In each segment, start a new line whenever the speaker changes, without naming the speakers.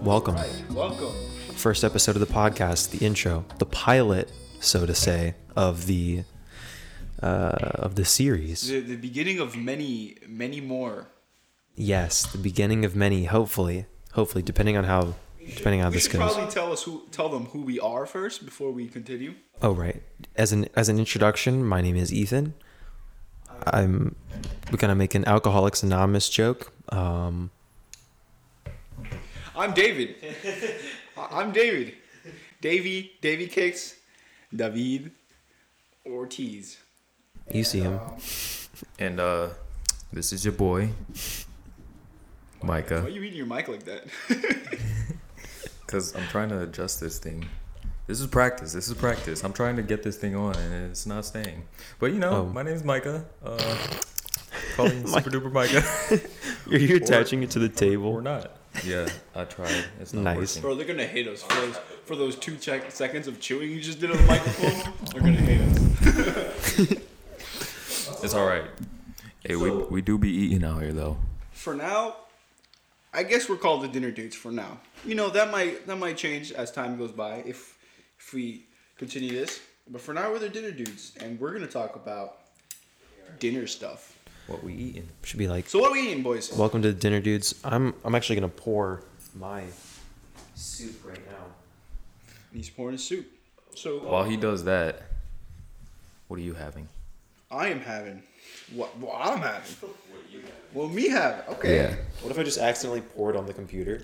Welcome.
Welcome.
First episode of the podcast, the intro, the pilot, so to say, of the uh, of the series.
The, the beginning of many, many more.
Yes, the beginning of many. Hopefully, hopefully, depending on how depending on how
we
this
should
goes.
probably tell us who, tell them who we are first before we continue.
Oh right. As an as an introduction, my name is Ethan. I'm gonna make an Alcoholics Anonymous joke. Um,
I'm David. I- I'm David. Davy, Davy Cakes, David Ortiz.
you see him.
And uh, this is your boy,
Why are
Micah.
you eating your mic like that?
Because I'm trying to adjust this thing. This is practice. This is practice. I'm trying to get this thing on, and it's not staying. But you know,
Oh.
my name's Micah. Uh, call me Super Duper Micah.
Are you attaching it to the
or
table?
not. Yeah, I tried. It's not
Nice.
working.
Bro, they're gonna hate us for those, for those two check- seconds of chewing you just did on the microphone. they're gonna hate us.
It's all right. Hey, we, we do be eating out here though.
For now, I guess we're called the dinner dates for now. You know that might that might change as time goes by if if we continue this. But for now, we're the dinner dudes, and we're gonna talk about dinner stuff.
What we eating?
Should be like.
So what are we eating, boys?
Welcome to the dinner, dudes. I'm I'm actually gonna pour my soup right now.
He's pouring his soup. So
While he does that, what are you having?
I am having what? Well, I'm having. Well, me have okay.
Yeah.
What if I just accidentally pour it on the computer?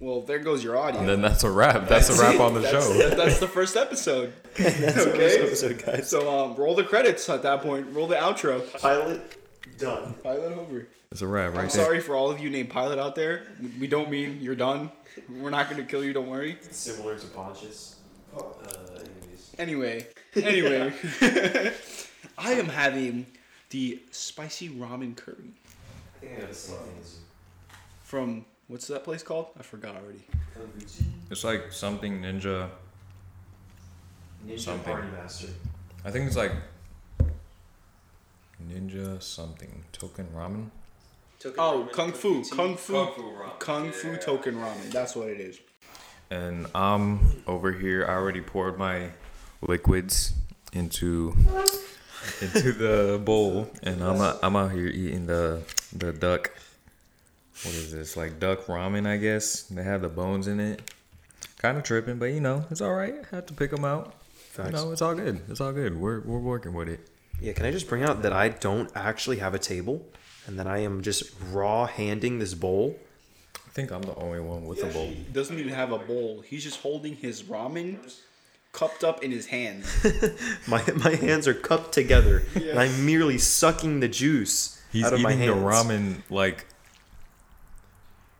Well, there goes your audio.
And then that's a wrap. That's, a wrap on the
That's-
show.
that- that's the first episode. okay.
episode, guys.
So um, roll the credits at that point. Roll the outro.
Pilot done.
Pilot over.
It's a wrap right
I'm
there.
sorry for all of you named Pilot out there. We don't mean you're done. We're not gonna kill you. Don't worry.
Similar to Pontius. Uh, anyways.
Anyway, anyway, I am having the spicy ramen curry
I think I got a
from what's that place called? I forgot already.
It's like something ninja.
Ninja
Something. Party
Master.
I think it's like ninja something token ramen.
Oh, kung fu, kung fu,
Kung Fu ramen.
kung fu token ramen. That's what it is.
And I'm over here. I already poured my liquids into into the bowl, and I'm out, I'm out here eating the the duck. What is this? Like duck ramen, I guess. They have the bones in it. Kind of tripping, but you know it's all right. Had to pick them out.
Facts.
You know it's all good. It's all good. We're we're working with it.
Yeah, can I just bring out that I don't actually have a table, and that I am just raw handing this bowl?
I think I'm the only one with a bowl.
He doesn't even have a bowl. He's just holding his ramen cupped up in his hands.
My my hands are cupped together, and I'm merely sucking the juice
He's
out of
eating
my hands.
the ramen like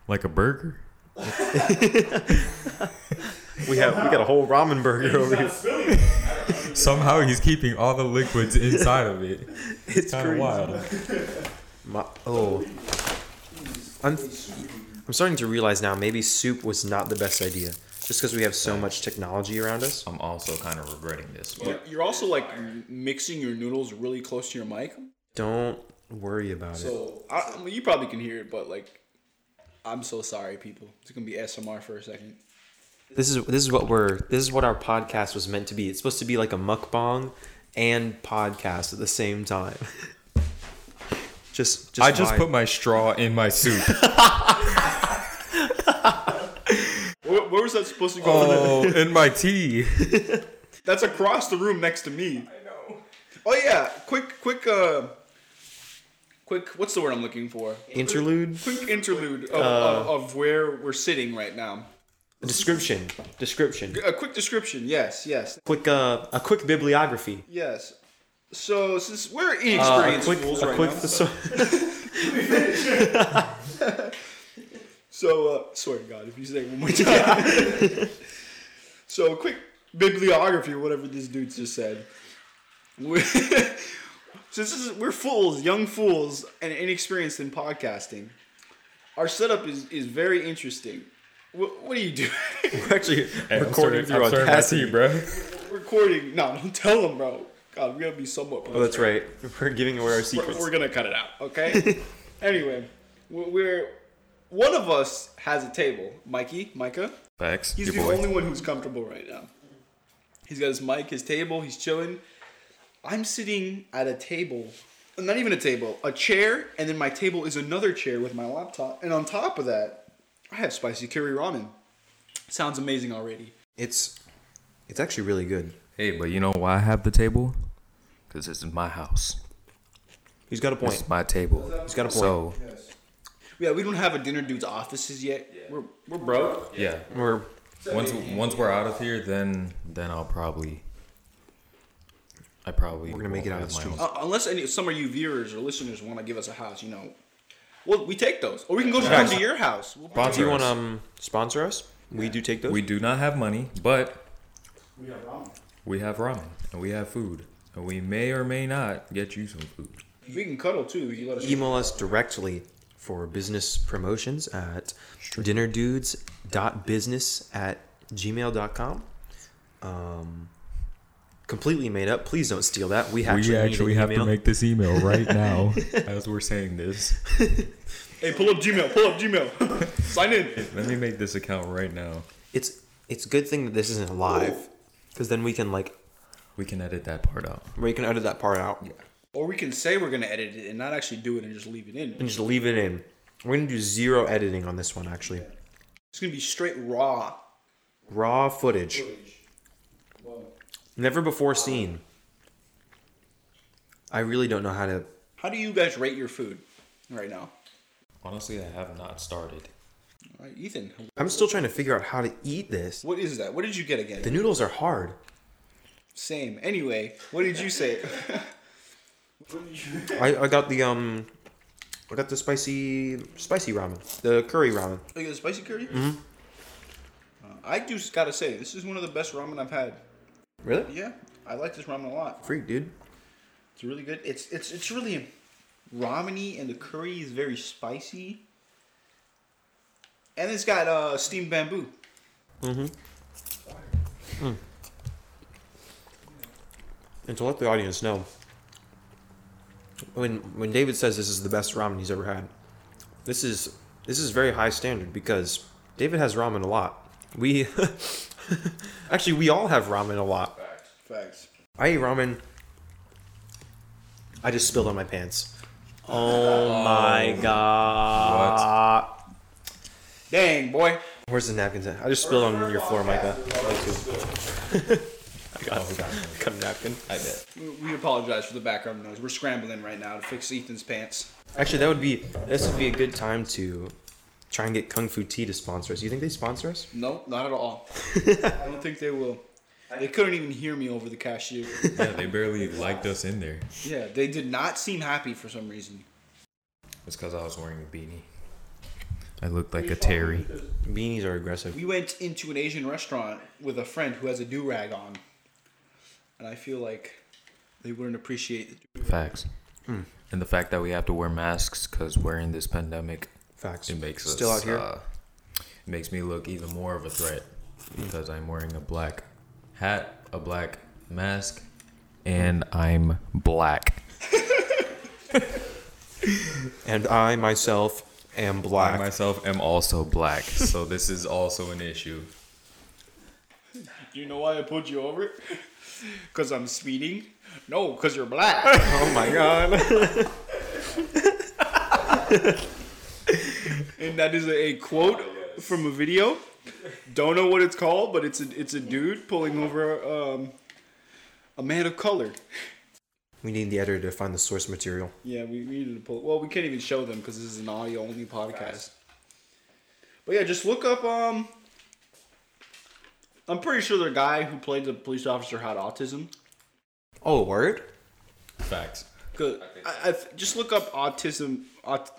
like a burger.
We have we got a whole ramen burger over here.
Somehow he's keeping all the liquids inside of it.
It's
Kind of
crazy.
wild.
My, oh, I'm I'm starting to realize now maybe soup was not the best idea, just because we have so much technology around us.
I'm also kind of regretting this. But
You're- You're also like mixing your noodles really close to your mic.
Don't worry about it.
So I, I mean, you probably can hear it, but like, I'm so sorry, people. It's gonna be SMR for a second.
This is this is what we're this is what our podcast was meant to be. It's supposed to be like a mukbang and podcast at the same time. just, just
I just
vibe.
put my straw in my soup.
Where, where was that supposed to go?
Uh,
oh, in my tea.
That's across the room next to me. I know. Oh yeah, quick, quick, uh, quick. What's the word I'm looking for?
interlude
Quick interlude
Uh,
of, of, of where we're sitting right now.
description description
A quick description. Yes, yes,
quick uh, a quick bibliography.
yes. So since we're
Uh, a
inexperienced
quick,
fools
a
right
quick
now,
thesaur-
So, uh, swear to God, if you say it one more time. so, a quick bibliography, or whatever this dude just said. We're, since this is, we're fools, young fools, and inexperienced in podcasting, our setup is, is very interesting. What, what are you doing?
We're actually recording
Recording
through
I'm serving my
Audacity.
tea, bro.
Recording? No, don't tell them, bro. God, we gotta be somewhat.
Oh, that's right. We're giving away our secrets.
We're, we're gonna cut it out, okay? anyway, we're- we're one of us has a table. Mikey, Micah.
Facts.
He's
your
the
boy.
only one who's comfortable right now. He's got his mic, his table, he's chilling. I'm sitting at a table, not even a table, a chair, and then my table is another chair with my laptop. And on top of that, I have spicy curry ramen. Sounds amazing already.
It's it's actually really good.
Hey, but you know why I have the table? Because this is my house.
He's got a
This
point.
is my table.
He's got a point.
So
Yeah, we don't have a dinner dude's offices yet. We're, we're broke.
yeah.
We're
Once once we're out of here, then then I'll probably. I probably.
We're gonna make it out
won't
of
have
the
my
streets.
own-
Uh, unless any some of you viewers or listeners want to give us a house, you know, well we take those, or we can go down to your house. We'll
if you
Sponsor
want
us.
to um, sponsor us, we do take those.
We do not have money, but
We have ramen.
we have ramen and we have food, and we may or may not get you some food.
We can cuddle too. if You let us.
email us directly for business promotions at dinnerdudes.business at gmail.com. Um, completely made up. Please don't steal that. We actually, need an email.
this email right now as we're saying this.
Hey, pull up Gmail. Pull up Gmail. Sign in.
Let me make this account right now.
It's it's a good thing that this isn't live because then we can like
We can edit that part out.
we can edit that part out
Or we can say we're gonna edit it and not actually do it and just leave it in.
and just leave it in. We're gonna do zero editing on this one actually.
It's gonna be straight raw.
Raw footage. Never before seen. I really don't know how to
How do you guys rate your food right now?
Honestly, I have not started.
All right, Ethan,
I'm still trying to figure out how to eat this.
what is that? What did you get again?
The noodles are hard.
Same. Anyway, what did you say?
I, I got the um I got the spicy spicy ramen. The curry ramen.
Oh, you got spicy curry? Mm-hmm. Uh, I just gotta say, this is one of the best ramen I've had.
Really?
Yeah, I like this ramen a lot.
Freak, dude.
It's really good. It's it's it's really rameny, and the curry is very spicy. And it's got uh, steamed bamboo.
And to let the audience know. When when David says this is the best ramen he's ever had, this is this is very high standard because David has ramen a lot. We actually we all have ramen a lot.
Facts.
I ate ramen. I just spilled on my pants. Oh my god.
Dang, boy.
Where's the napkins at? I just spilled on your floor, Micah. I
Oh,
got, got a napkin. I bet.
We- We apologize for the background noise. We're scrambling right now to fix Ethan's pants.
Actually, that would be this would be a good time to try and get Kung Fu Tea to sponsor us. You think they sponsor us?
No, not at all. I don't think they will. They couldn't even hear me over the cashier.
Yeah, they barely liked us in there.
yeah, they did not seem happy for some reason.
It's because I was wearing a beanie. I looked like a Terry.
Beanies are aggressive.
We went into an Asian restaurant with a friend who has a do rag on, and I feel like they wouldn't appreciate it.
Facts.
Hmm.
And the fact that we have to wear masks because we're in this pandemic,
Facts.
it makes us
still out here.
Uh, it makes me look even more of a threat because I'm wearing a black hat, a black mask, and I'm black.
and I myself am
I
black.
myself am also black, so this is also an issue.
Do you know why I pulled you over? Because I'm speeding? No, because you're black.
oh my god.
and that is a, a quote from a video. Don't know what it's called, but it's a, it's a dude pulling over um, a man of color.
we need the editor to find the source material.
Yeah, we, we needed to pull. Well, we can't even show them because this is an audio only podcast. But yeah, just look up. Um, I'm pretty sure the guy who played the police officer had autism.
Oh, word.
Facts.
'Cause I, I, just look up autism. Aut-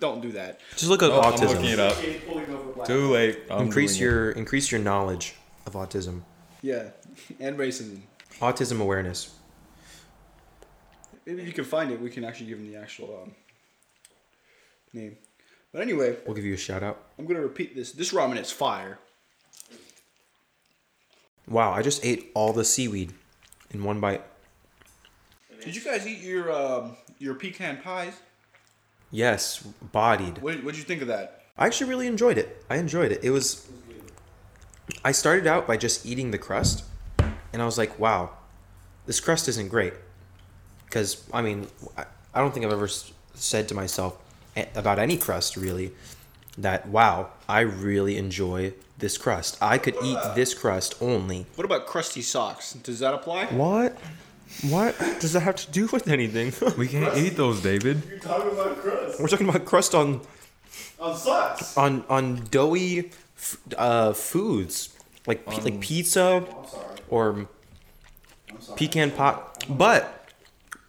don't do that.
Just look up
Oh, I'm looking it
autism.
up. Too late. I'm
Increase
doing it.
your increase your knowledge of autism.
Yeah, and racism.
Autism awareness.
Maybe if you can find it, we can actually give him the actual um, name. But anyway,
We'll give you a shout out.
I'm gonna repeat this. This ramen is fire.
Wow, I just ate all the seaweed in one bite.
Did you guys eat your um, your pecan pies?
Yes, bodied.
What what'd you think of that?
I actually really enjoyed it. I enjoyed it. It was. I started out by just eating the crust, and I was like, "Wow, this crust isn't great," because I mean, I, I don't think I've ever s- said to myself a- about any crust really that, "Wow, I really enjoy this crust. I could eat this crust only."
What about crusty socks? Does that apply?
What? What does that have to do with anything?
We can't eat those, David.
You're talking about crust
We're talking about crust on
on socks.
on on doughy f- uh, foods like p- like pizza
Oh, I'm sorry.
or
I'm sorry.
pecan pot. But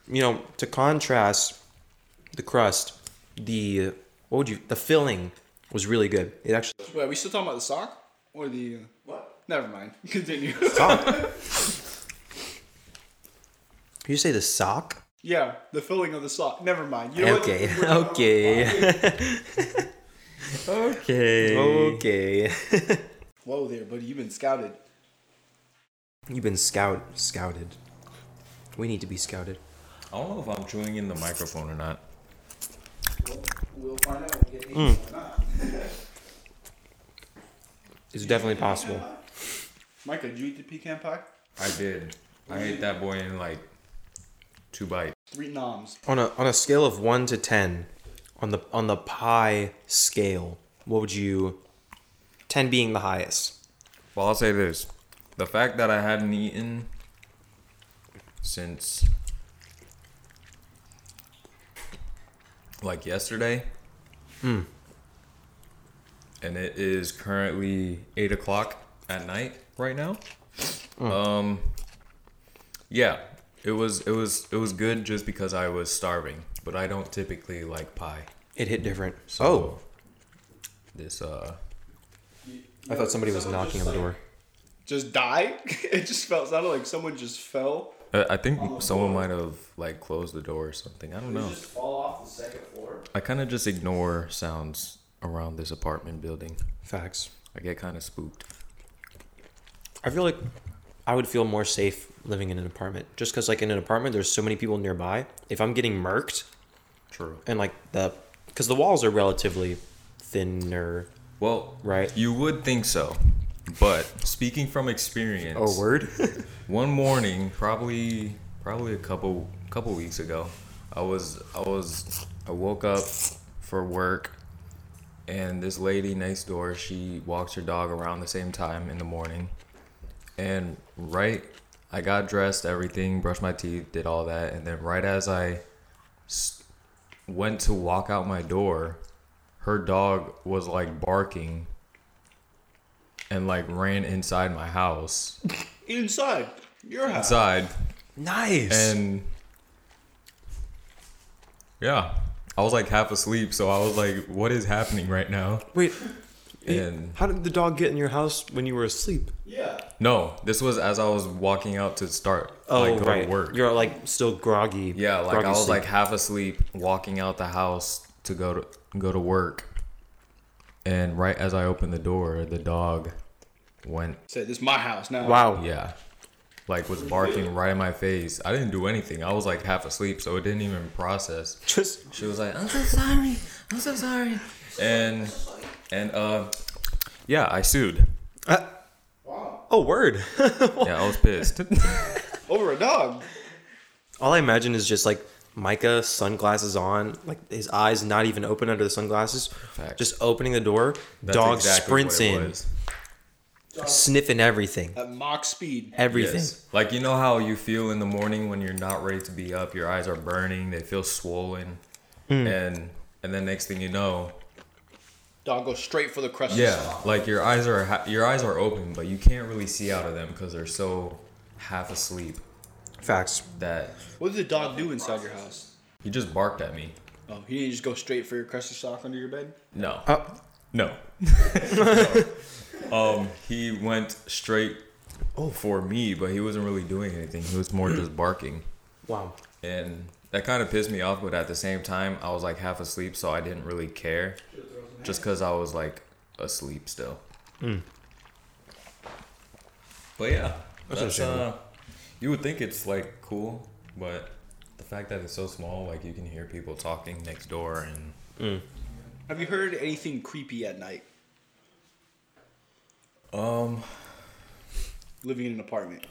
you know, to contrast the crust, the what would you the filling was really good. It actually
Wait, are we still talking about the sock or the? Uh,
What?
never mind. Continue.
sock. you say the sock?
yeah, the filling of the sock. Never mind. You know what?
Okay, okay,
Okay.
okay.
Whoa there, buddy. You've been scouted.
You've been scout scouted. We need to be scouted.
I don't know if I'm chewing in the microphone or not.
We'll find out. When we get these or not.
It's definitely possible.
Micah, did you eat the pecan pie?
I did. I ate that boy in like two bites.
Three noms.
On a on a scale of one to ten, on the on the pie scale, what would you? Ten being the highest.
Well, I'll say this: the fact that I hadn't eaten since like yesterday, and it is currently eight o'clock at night right now. Um, yeah, it was it was it was good just because I was starving, but I don't typically like pie.
It hit different.
So
oh,
this uh,
I thought somebody was
Someone
knocking
just
on the
like-
door.
Just die? it just felt sounded like someone just fell.
I Uh, I think someone might have like closed the door or something. I don't
Did you
know.
just fall off the second floor?
I kind of just ignore sounds around this apartment building.
Facts.
I get kind of spooked.
I feel like I would feel more safe living in an apartment, just because like in an apartment, there's so many people nearby. If I'm getting murked
True.
and like the, because the walls are relatively thinner.
Well,
Right.
You would think so, but speaking from experience,
word.
one morning, probably probably a couple couple weeks ago, I was I was I woke up for work, and this lady next door she walks her dog around the same time in the morning, and right I got dressed, everything, brushed my teeth, did all that, and then right as I s- went to walk out my door, her dog was like barking. And like ran inside my house
Inside. Your house.
inside
nice.
and yeah i was like half asleep so i was like what is happening right now
Wait.
and
How did the dog get in your house when you were asleep?
Yeah.
no this was as i was walking out to start
Oh,
like go
right.
to work
You're like still groggy.
yeah like
groggy
i was
sleep.
like half asleep walking out the house to go to go to work and right as i opened the door the dog went
Said, this is my house now.
wow.
yeah like was barking right in my face i didn't do anything i was like half asleep so it didn't even process
Just
She was like, "I'm so sorry, I'm so sorry," and and uh, yeah, I sued.
uh, oh word.
Yeah, I was pissed.
Over a dog.
All I imagine is just like Micah, sunglasses on, like his eyes not even open under the sunglasses.
Facts.
Just opening the door, dog sprints in, sniffing everything,
At mock speed.
everything.
Yes. Like you know how you feel in the morning when you're not ready to be up, your eyes are burning, they feel swollen, and and then next thing you know,
Dog goes straight for the crust.
yeah, like your eyes are ha- your eyes are open, but you can't really see out of them because they're so half asleep
Facts.
that
What did the dog do inside your house?
he just barked at me.
Oh, he didn't just go straight for your crusty sock under your bed?
No.
Uh,
No. No. Um, he went straight for me, but he wasn't really doing anything. He was more just barking,
wow.
and that kind of pissed me off. But at the same time, I was like half asleep, so I didn't really care, just because I was like asleep still. But yeah,
That's
that's,
understandable.
uh, you would think it's like cool, but the fact that it's so small, like you can hear people talking next door and
Have you heard anything creepy at night?
Um,
Living in an apartment.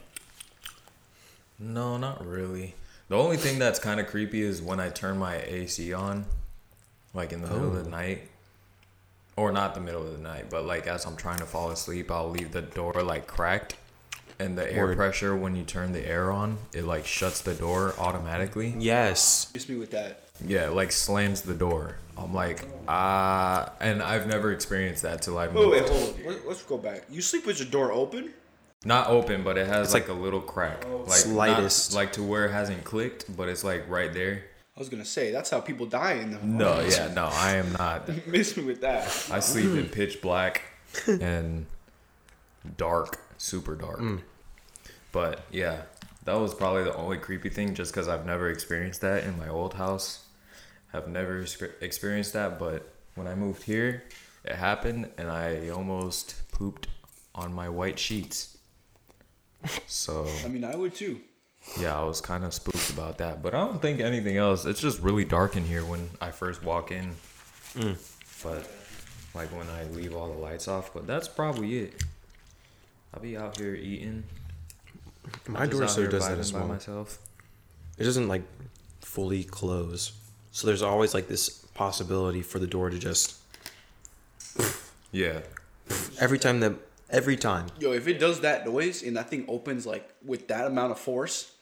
no, not really. The only thing that's kind of creepy is when I turn my AC on, like in the middle of the night, or not the middle of the night, but like as I'm trying to fall asleep, I'll leave the door like cracked, and the air
Word.
pressure when you turn the air on, it like shuts the door automatically.
Yes.
Just me with that.
Yeah, like slams the door. I'm like, ah, and I've never experienced that till
Oh,
I
Wait,
moved.
wait, hold on. Let- Let's go back. You sleep with your door open?
Not open, but it has
It's
like,
like-
a little crack, like not-
Slightest.
like to where it hasn't clicked, but it's like right there.
I was gonna say that's how people die in the
No, yeah, no, I am not.
Miss me with that.
I sleep in pitch black and dark, super dark. But yeah, that was probably the only creepy thing, just because I've never experienced that in my old house. I've never exper- experienced that, but when I moved here, it happened, and I almost pooped on my white sheets. So
I mean, I would too.
yeah, I was kind of spooked about that, but I don't think anything else. It's just really dark in here when I first walk in.
Mm.
But like when I leave all the lights off, but that's probably it. I'll be out here eating.
My
just
door
out
so
here
does that
vibing
as
by
well.
myself.
It doesn't like fully close. So there's always like this possibility for the door to just
Yeah.
every time the every time.
Yo, if it does that noise and that thing opens like with that amount of force,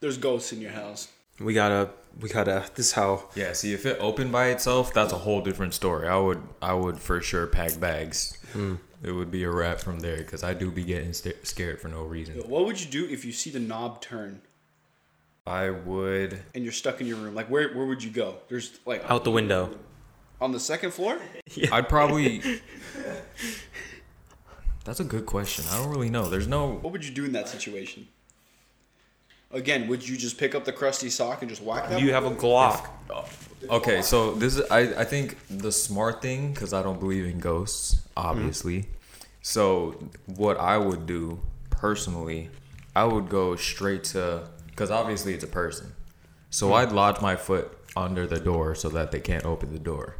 there's ghosts in your house.
We gotta we gotta this is how
Yeah, see if it opened by itself, that's a whole different story. I would I would for sure pack bags.
Mm.
It would be a wrap from there cuz I do be getting sta- scared for no
Yo,
reason.
what would you do if you see the knob turn
I would
and you're stuck in your room? Like, where where would you go? There's like
out the window.
on the second floor.
I'd probably. That's a good question. I don't really know. There's no.
What would you do in that situation? Again, would you just pick up the crusty sock and just whack that?
You have a Glock.
Okay, so this is. I, I think the smart thing, because I don't believe in ghosts, obviously. So, what I would do personally, I would go straight to. Because obviously it's a person. So,
Mm-hmm.
I'd lodge my foot under the door so that they can't open the door.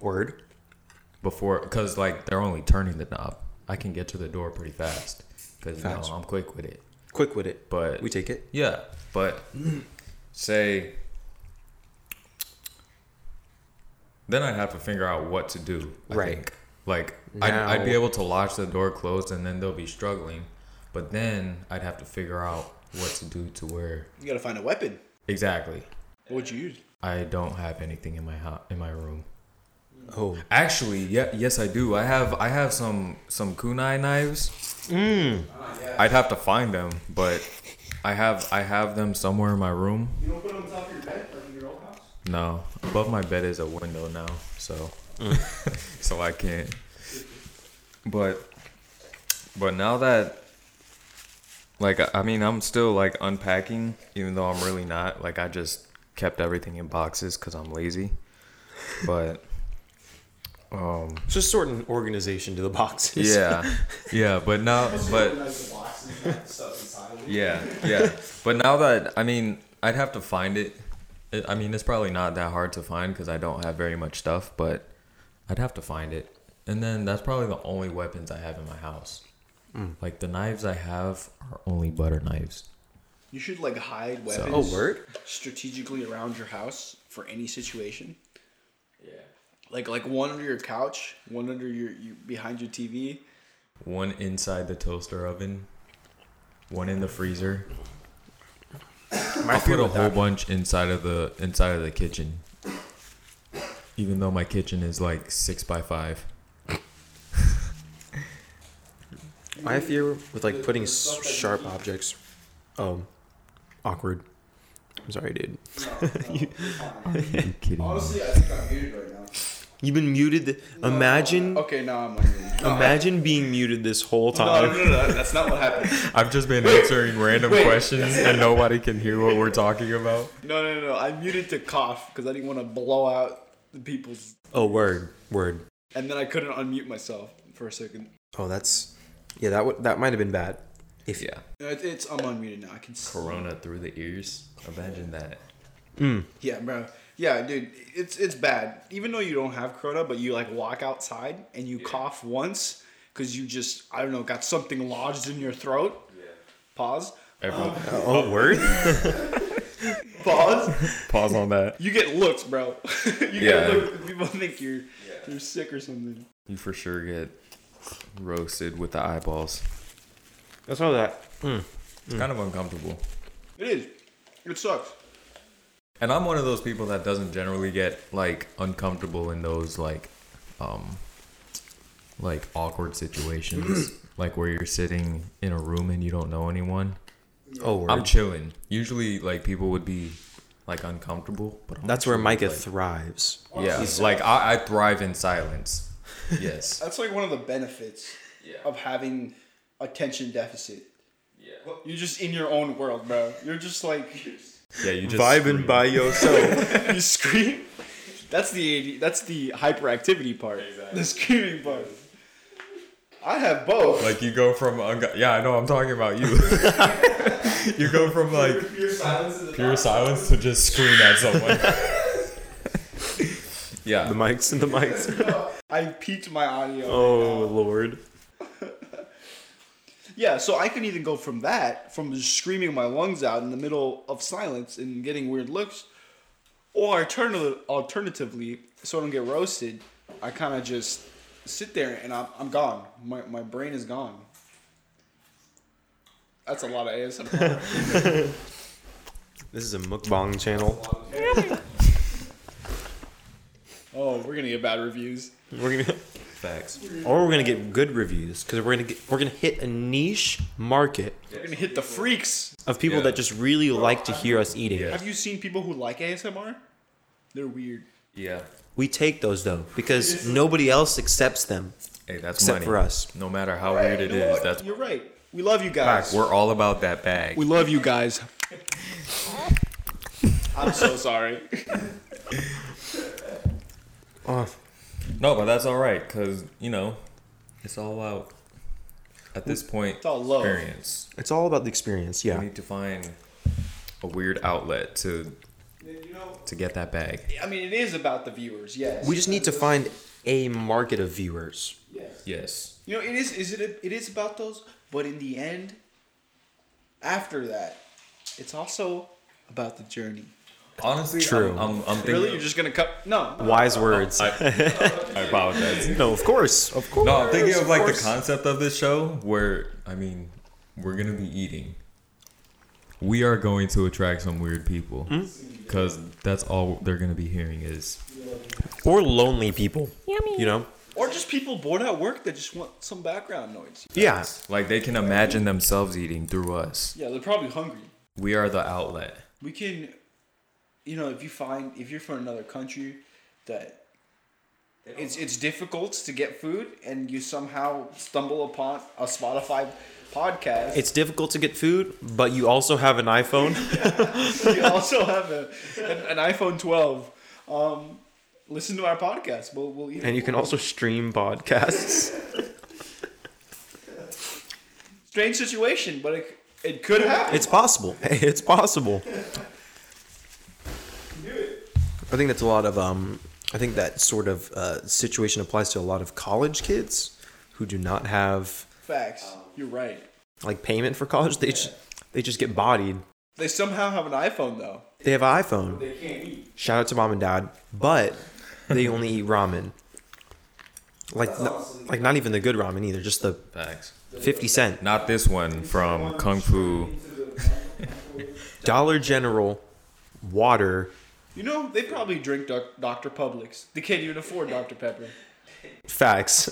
Word.
before because like they're only turning the knob. I can get to the door pretty fast because you know,
Fast.
I'm quick with it.
Quick with it.
But
We take it.
yeah, but say then I'd have to figure out what to do. I
Right.
think. Like I'd, I'd be
Now-
able to lodge the door closed, and then they'll be struggling. But then I'd have to figure out what to do to where
You gotta find a weapon.
exactly.
What would you use?
I don't have anything in my ho- in my room.
Oh.
Actually, yeah, yes, I do. I have I have some some kunai knives. I'd have to find them, but I have I have them somewhere in my room.
You don't put it on top of your bed, like in your old house?
No, above my bed is a window now, so so I can't. But but now that like I- I mean I'm still like unpacking, even though I'm really not. Like I just kept everything in boxes because I'm lazy. But um.
It's just sort of organization to the boxes.
Yeah, yeah, but now, but
Organize the boxes, not the stuff inside of it.
yeah, yeah, but now that I mean, I'd have to find it. It- I mean, it's probably not that hard to find because I don't have very much stuff, but I'd have to find it. And then that's probably the only weapons I have in my house. Like the knives I have are only butter knives.
You should like hide weapons.
Oh word.
strategically around your house for any situation.
Yeah.
Like like one under your couch, one under your, your behind your TV.
One inside the toaster oven, one in the freezer. I put a whole bunch inside of the inside of the kitchen. Even though my kitchen is like six by five.
I fear with like putting s- sharp objects. Um, awkward. I'm sorry, dude.
You kidding me?
Honestly, I think I'm muted right now.
You've been muted. Imagine,
Okay, now I'm unmuted. No,
imagine being muted this whole
No,
time.
no, no, no, that's not what happened.
I've just been answering random questions and nobody can hear what we're talking about.
No, no, no, no. I muted to cough because I didn't want to blow out the people's.
Oh, word, word.
And then I couldn't unmute myself for a second.
Oh, that's yeah. That would that might have been bad. If
Yeah.
No, it, it's I'm unmuted now. I can. s-
Corona through the ears. Imagine that.
Yeah, bro. Yeah, dude, it's it's bad. Even though you don't have corona, but you like walk outside and you cough once because you just I don't know got something lodged in your throat. Pause.
Everyone,
Oh, word?
Pause.
pause on that.
you get looks, bro. you
Yeah.
get looks. People think you're you're sick or something.
You for sure get roasted with the eyeballs.
That's all that.
It's kind of uncomfortable.
It is. It sucks.
And I'm one of those people that doesn't generally get like uncomfortable in those like um like awkward situations like where you're sitting in a room and you don't know anyone.
Oh, word.
I'm chilling. Usually like people would be like uncomfortable, but I'm
That's where
chilling,
Micah
like-
thrives.
yeah, like I, I thrive in silence. Yes.
That's like one of the benefits of having attention deficit. Yeah. You're just in your own world, bro. You're just like
Yeah, you just scream.
yourself.
you scream. That's the AD, that's the hyperactivity part. The screaming part. I have both.
Like you go from ungo- yeah, I know I'm talking about you. you go from like
Your silence is
pure silence to just scream at someone. yeah,
the mics and the mics.
I peaked my audio.
Oh, Lord.
Yeah, so I can even go from that, from just screaming my lungs out in the middle of silence and getting weird looks, or alterna- alternatively, so I don't get roasted, I kind of just sit there and I'm, I'm gone. My, my brain is gone. That's a lot of ASMR.
This is a mukbang channel.
oh, we're gonna get bad reviews.
We're gonna,
facts.
or we're gonna get good reviews because we're gonna get, we're gonna hit a niche market
We're gonna hit the freaks.
of people
Yeah.
that just really like to hear us eating.
Yeah.
Have you seen people who like ASMR? They're weird.
Yeah.
We take those though because nobody else accepts them.
Hey, that's
Except
money.
for us.
No matter how weird it
You know
is,
what?
that's
You're right. We love you
facts.
guys.
We're all about that bag.
We love you guys. I'm so sorry.
Oh,
No, but that's all right, cause you know, it's all out. At this point, it's
all love.
experience.
it's all about the experience.
We
Yeah,
need to find a weird outlet to
You know,
to get that bag.
I mean, it is about the viewers, yes.
we just need to find a market of viewers.
yes.
Yes.
you know, it is. Is it? It is about those. But in the end, after that, it's also about the journey.
Honestly,
True.
I'm, I'm, I'm thinking.
Really, you're just gonna cut? No. no.
Wise words.
I apologize.
Uh, no, of course, of course.
No, I'm thinking of like the
course.
concept of this show where I mean, we're gonna be eating. We are going to attract some weird people because that's all they're gonna be hearing is
or lonely people. Yummy. You know.
Or just people bored at work that just want some background noise.
Yeah.
like they can imagine themselves eating through us.
Yeah, they're probably hungry.
We are the outlet.
We can, you know, if you find if you're from another country that it's it's difficult to get food, and you somehow stumble upon a Spotify podcast.
It's difficult to get food, but you also have an iPhone.
you also have a, an, an iPhone 12. Um, listen to our podcast. We'll, we'll eat
And you can also stream podcasts.
Strange situation, but it, it could happen.
It's possible. Hey, it's possible. I think that's a lot of um. I think that sort of uh, situation applies to a lot of college kids who do not have
Facts. You're right.
like payment for college. They just, they just get bodied.
They somehow have an iPhone, though.
They have an iPhone.
They can't eat.
Shout out to mom and dad, but they only eat ramen. Like, no, like not even the good ramen either. Just the
Facts.
fifty cent
Not this one from Kung Fu.
Dollar General water
You know, they probably drink doc- Dr. Publix. They can't even afford Dr. Pepper.
facts.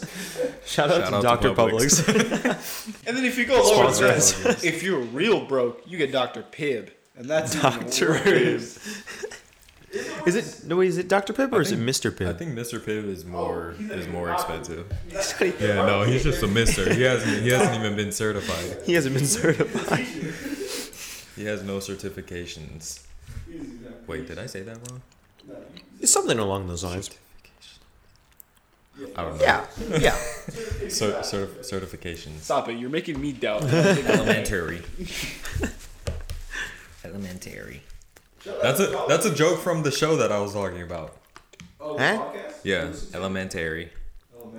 Shout out
Shout
to
out
Dr.
to Publix.
Publix.
And then if you go lower
Sponsor
than that, if you're real broke, you get Dr. Pibb. And that's
Dr. Pibb. Is it no? Wait, is it Dr. Pibb or is it
think-
Mr.
I
Pibb?
think Mr. Pibb is more is more expensive.
Even,
Yeah, no, he's just a Mister. He hasn't he hasn't even been certified.
he hasn't been certified.
He has no certifications. Wait, did I say that wrong?
It's something along those lines.
I don't know.
Yeah, yeah.
Cer- cer- certifications.
Stop it. You're making me doubt.
Elementary. Elementary. That's a that's a joke from the show that I was talking about.
Oh,
Huh?
podcast?
Yeah, elementary.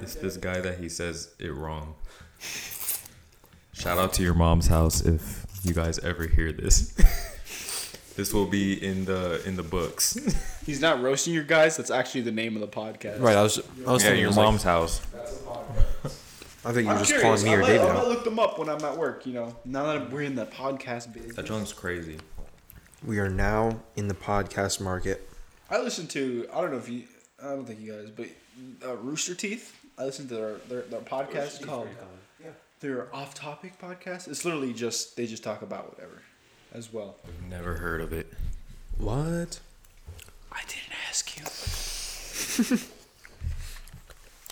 It's this guy that he says it wrong. Shout out to your mom's house if you guys ever hear this. this will be in the in the books.
He's not roasting you guys. That's actually the name of the podcast.
Right, I was, I was
Yeah,
thinking it
your
was like-
mom's house.
I thought you were
I'm
just
curious.
calling me
I
or
might-
David
I might
out.
look them up when I'm at work. You know, now that we're in the podcast
That
business,
joke's crazy.
We are now in the podcast market.
I listen to. I don't know if you. I don't think you guys, but uh, Rooster Teeth. I listen to their their, their podcast called their Off Topic podcast. It's literally just they just talk about whatever, as well.
Never heard of it.
What?
I didn't ask you.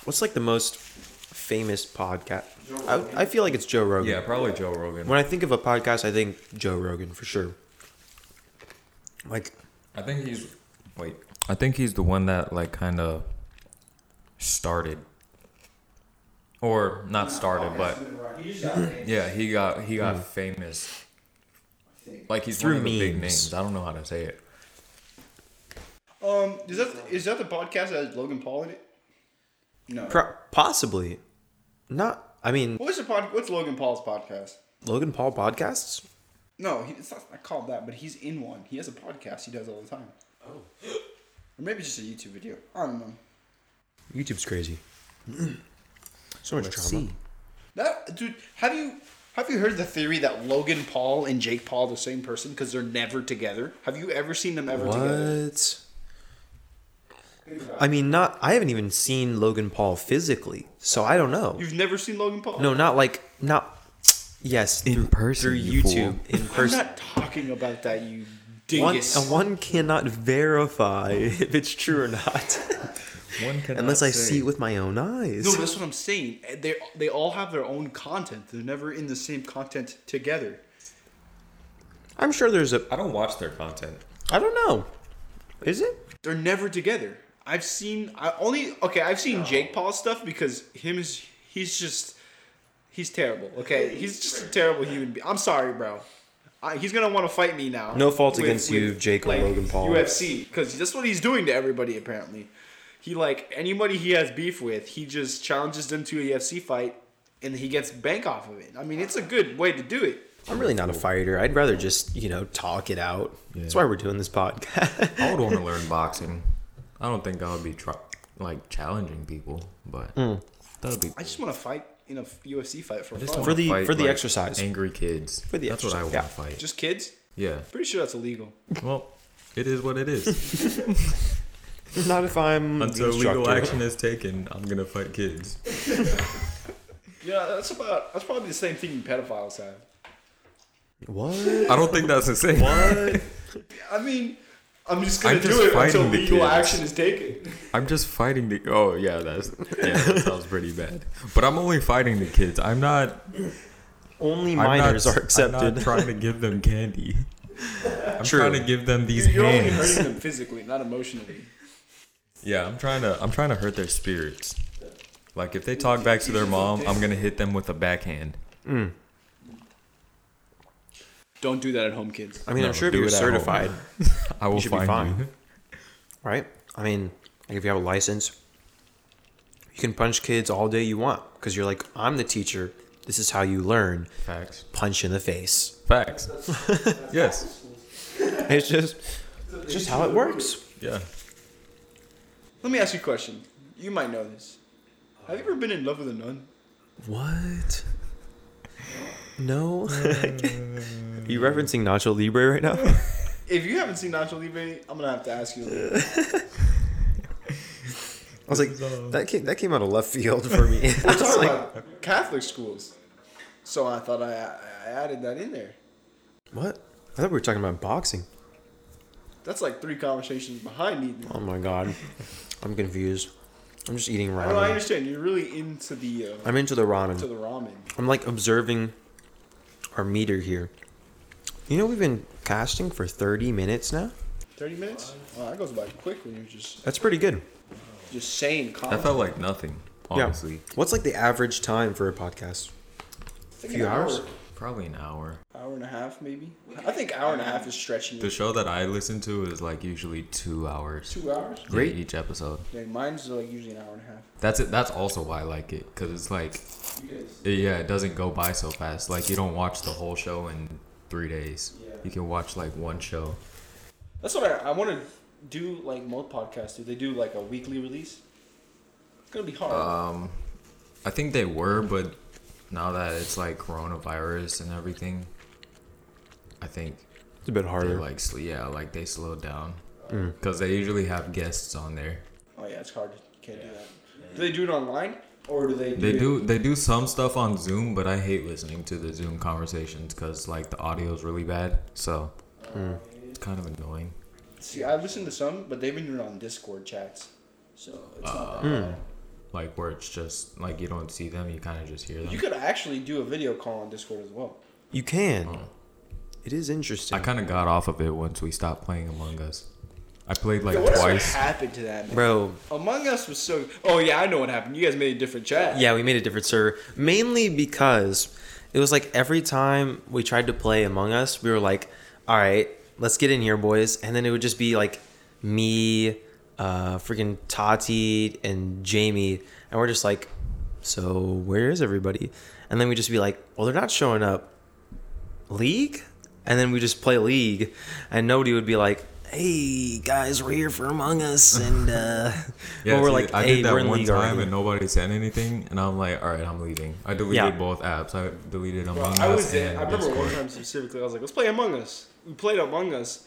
What's like the most famous podcast? I, I feel like it's Joe Rogan.
Yeah, probably Joe Rogan.
When I think of a podcast, I think Joe Rogan for sure. Like,
I think he's wait. I think he's the one that like kind of started, or not started, but
You just got it.
yeah, he got he got famous. Like he's
Hmm. Through
one of the big
memes.
names. I don't know how to say it.
Um, is that is that the podcast that has Logan Paul in it? No.
pro- possibly. Not, I mean,
What was the pod? What's Logan Paul's podcast?
Logan Paul podcasts?
No, he, it's not I called that, but he's in one. He has a podcast he does all the time. Oh. Or maybe just a YouTube video. I don't know.
YouTube's crazy. so much drama.
That dude, have you have you heard the theory that Logan Paul and Jake Paul are the same person because they're never together? Have you ever seen them ever together?
What? I mean, not. I haven't even seen Logan Paul physically, so I don't know.
You've never seen Logan Paul?
No, not like not. Yes,
In
through-
person,
through
you
YouTube in
I'm
person.
not talking about that, you
One,
dingus.
uh, one cannot verify if it's true or not,
One can
unless I see it with my own eyes.
No, that's what I'm saying. Eh, They they all have their own content. They're never in the same content together.
I'm sure there's a.
I don't watch their content.
I don't know. Is it?
They're never together. I've seen I only okay. I've seen Jake Paul stuff because him is he's just he's terrible. Okay, he's just a terrible human being. I'm sorry, bro. I, he's gonna want to fight me now.
No fault against you, Jake or Logan Paul.
UFC, because that's what he's doing to everybody. Apparently, he like anybody he has beef with, he just challenges them to a UFC fight, and he gets bank off of it. I mean, it's a good way to do it.
I'm really not a fighter. I'd rather just you know talk it out. That's why we're doing this podcast.
I would want to learn boxing. I don't think I would be try- like challenging people, but
Hmm.
that would be.
I just want to fight in a f- UFC fight for
I just
fun.
For
wanna
the-
fight,
for the exercise.
angry kids.
For the
that's what I want
exercise,
to
yeah.
fight.
just kids.
Yeah.
Pretty sure that's illegal.
Well, it is what it is.
not if I'm the
Until legal
instructor.
action is taken, I'm gonna fight kids.
Yeah, that's about. That's probably the same thing pedophiles have.
What?
I don't think that's the same. What?
I mean, I'm just gonna
I'm
do
just
it until
fighting the
legal
kids.
action is taken.
I'm just fighting the. Oh yeah, that's yeah, that sounds pretty bad. But I'm only fighting the kids. I'm not.
Only
I'm
minors
not,
are accepted.
I'm not trying to give them candy. I'm
True.
trying to give them these
You're only
hands.
hurting them physically, not emotionally.
Yeah, I'm trying to. I'm trying to hurt their spirits. Like if they talk back to their mom, I'm gonna hit them with a backhand.
Don't do that at home, kids.
I mean,
No,
I'm sure if
do
you're
it at home.
certified,
I will
should be
find
fine.
you.
right? I mean, like if you have a license, you can punch kids all day you want because you're like, I'm the teacher. This is how you learn.
Facts.
Punch in the face.
Facts. yes.
It's just, it's just how it works.
Yeah.
Let me ask you a question. You might know this. Have you ever been in love with a nun?
What? No. you referencing Nacho Libre right now?
If you haven't seen Nacho Libre, I'm gonna have to ask you. Later.
I was like, that came, that came out of left field for me. I
We're
was
talking
like,
about Catholic schools, so I thought I, I added that in there.
what? I thought we were talking about boxing.
That's like three conversations behind me.
Oh my god, I'm confused. I'm just eating
Oh, I, don't know, I
ramen.
understand. You're really into the uh,
I'm into the
to
ramen.
the ramen.
I'm like observing our meter here. You know we've been casting for 30 minutes now.
Thirty minutes? Wow, that goes by quick when you're just
That's pretty good.
just saying.
That
Comments.
felt like nothing. Honestly.
Yeah. What's like the average time for a podcast?
a
few hours?
Probably an hour.
Hour and a half, maybe. I think hour and a half is stretching.
The show that I listen to is like usually two hours.
Two hours.
Yeah,
Great.
each episode.
Yeah, mine's like usually an hour and a half.
That's it. That's also why I like it because it's like, it- yeah, it doesn't go by so fast. Like you don't watch the whole show in three days. You can watch like one show.
That's what I, I want to do. Like most podcasts do, they do like a weekly release. It's gonna be hard.
Um, I think they were, but now that it's like coronavirus and everything, I think
It's a bit
they
harder. Mm.
like sl- yeah, like they slowed down because they usually have guests on there.
oh yeah, it's hard. Can't do that. Do they do it online or do they? Do
They
it-
do they do some stuff on Zoom, but I hate listening to the Zoom conversations because like the audio is really bad. So
Hmm.
it's kind of annoying.
See, I listened to some, but they've been doing it on Discord chats, so it's not that
Hmm.
uh,
bad.
Like where it's just like you don't see them, you kind of just hear them.
You could actually do a video call on Discord as well.
You can.
Oh.
It is interesting.
I kind of got off of it once we stopped playing Among Us. I played like
Yo, what
twice.
happened to that? Man?
Bro,
Among Us was so. Oh yeah, I know what happened. You guys made a different chat.
yeah, we made a different server mainly because it was like every time we tried to play Among Us, we were like, "All right, let's get in here, boys," and then it would just be like me, uh, freaking Tati and Jamie, and we're just like, "So where is everybody?" And then we just be like, "Well, they're not showing up." League, and then we just play League, and nobody would be like. Hey guys, we're here for Among Us, and uh, but we're
see,
like,
I
hey,
did that
we're in
one
League
time
already."
and nobody said anything, and I'm like, all right, I'm leaving. I deleted
Yeah.
both apps. I deleted
Bro,
Among
I
Us
was there.
and
I remember one
Discord.
time specifically. I was like, "Let's play Among Us." We played Among Us.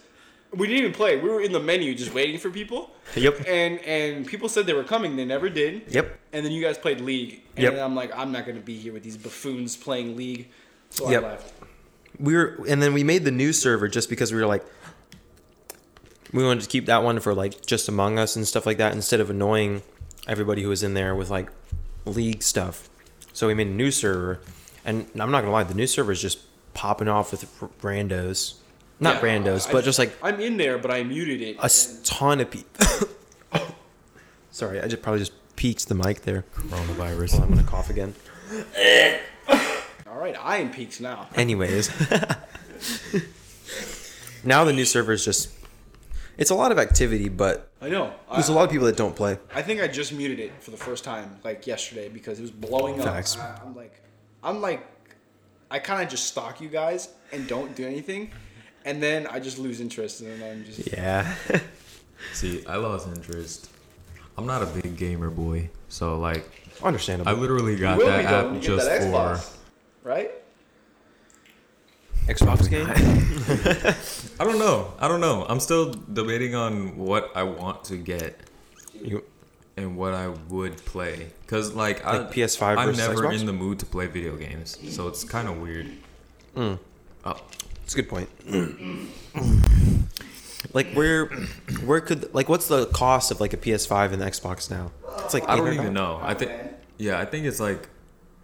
We didn't even play. We were in the menu just waiting for people.
Yep.
And and people said they were coming. They never did.
Yep.
And then you guys played League. And
Yep.
then I'm like, I'm not gonna be here with these buffoons playing League. So
Yep.
I left.
we were and then we made the new server just because we were like we wanted to keep that one for like just among us and stuff like that instead of annoying everybody who was in there with like league stuff so we made a new server and i'm not gonna lie the new server is just popping off with r- randos not
Yeah.
randos
I-
but just like
I'm in there, but I muted it.
a s- ton of people sorry i just probably just peaked the mic there
Coronavirus.
well, i'm gonna cough again
All right, I am peaks now.
Anyways, now the new server is just. It's a lot of activity, but
I know. I,
there's a lot of people that don't play.
I think I just muted it for the first time like yesterday because it was blowing
Facts.
up. I, I'm like, I'm like, I kind of just stalk you guys and don't do anything, and then I just lose interest and then I'm just.
Yeah.
See, I lost interest. I'm not a big gamer boy, so like,
Understandable.
I literally got
Will
that
be though when
app
you get
just
that
for.
Xbox, right?
Xbox game?
I don't know. I don't know. I'm still debating on what I want to get
You,
and what I would play, cause like, I,
Like PS5
I'm
versus
never
Xbox?
in the mood to play video games, so it's kind of weird. Oh,
it's a good point. like where, where could like what's the cost of like a PS5 and the Xbox now? It's like
I don't
$800.
even know. I think, yeah, I think it's like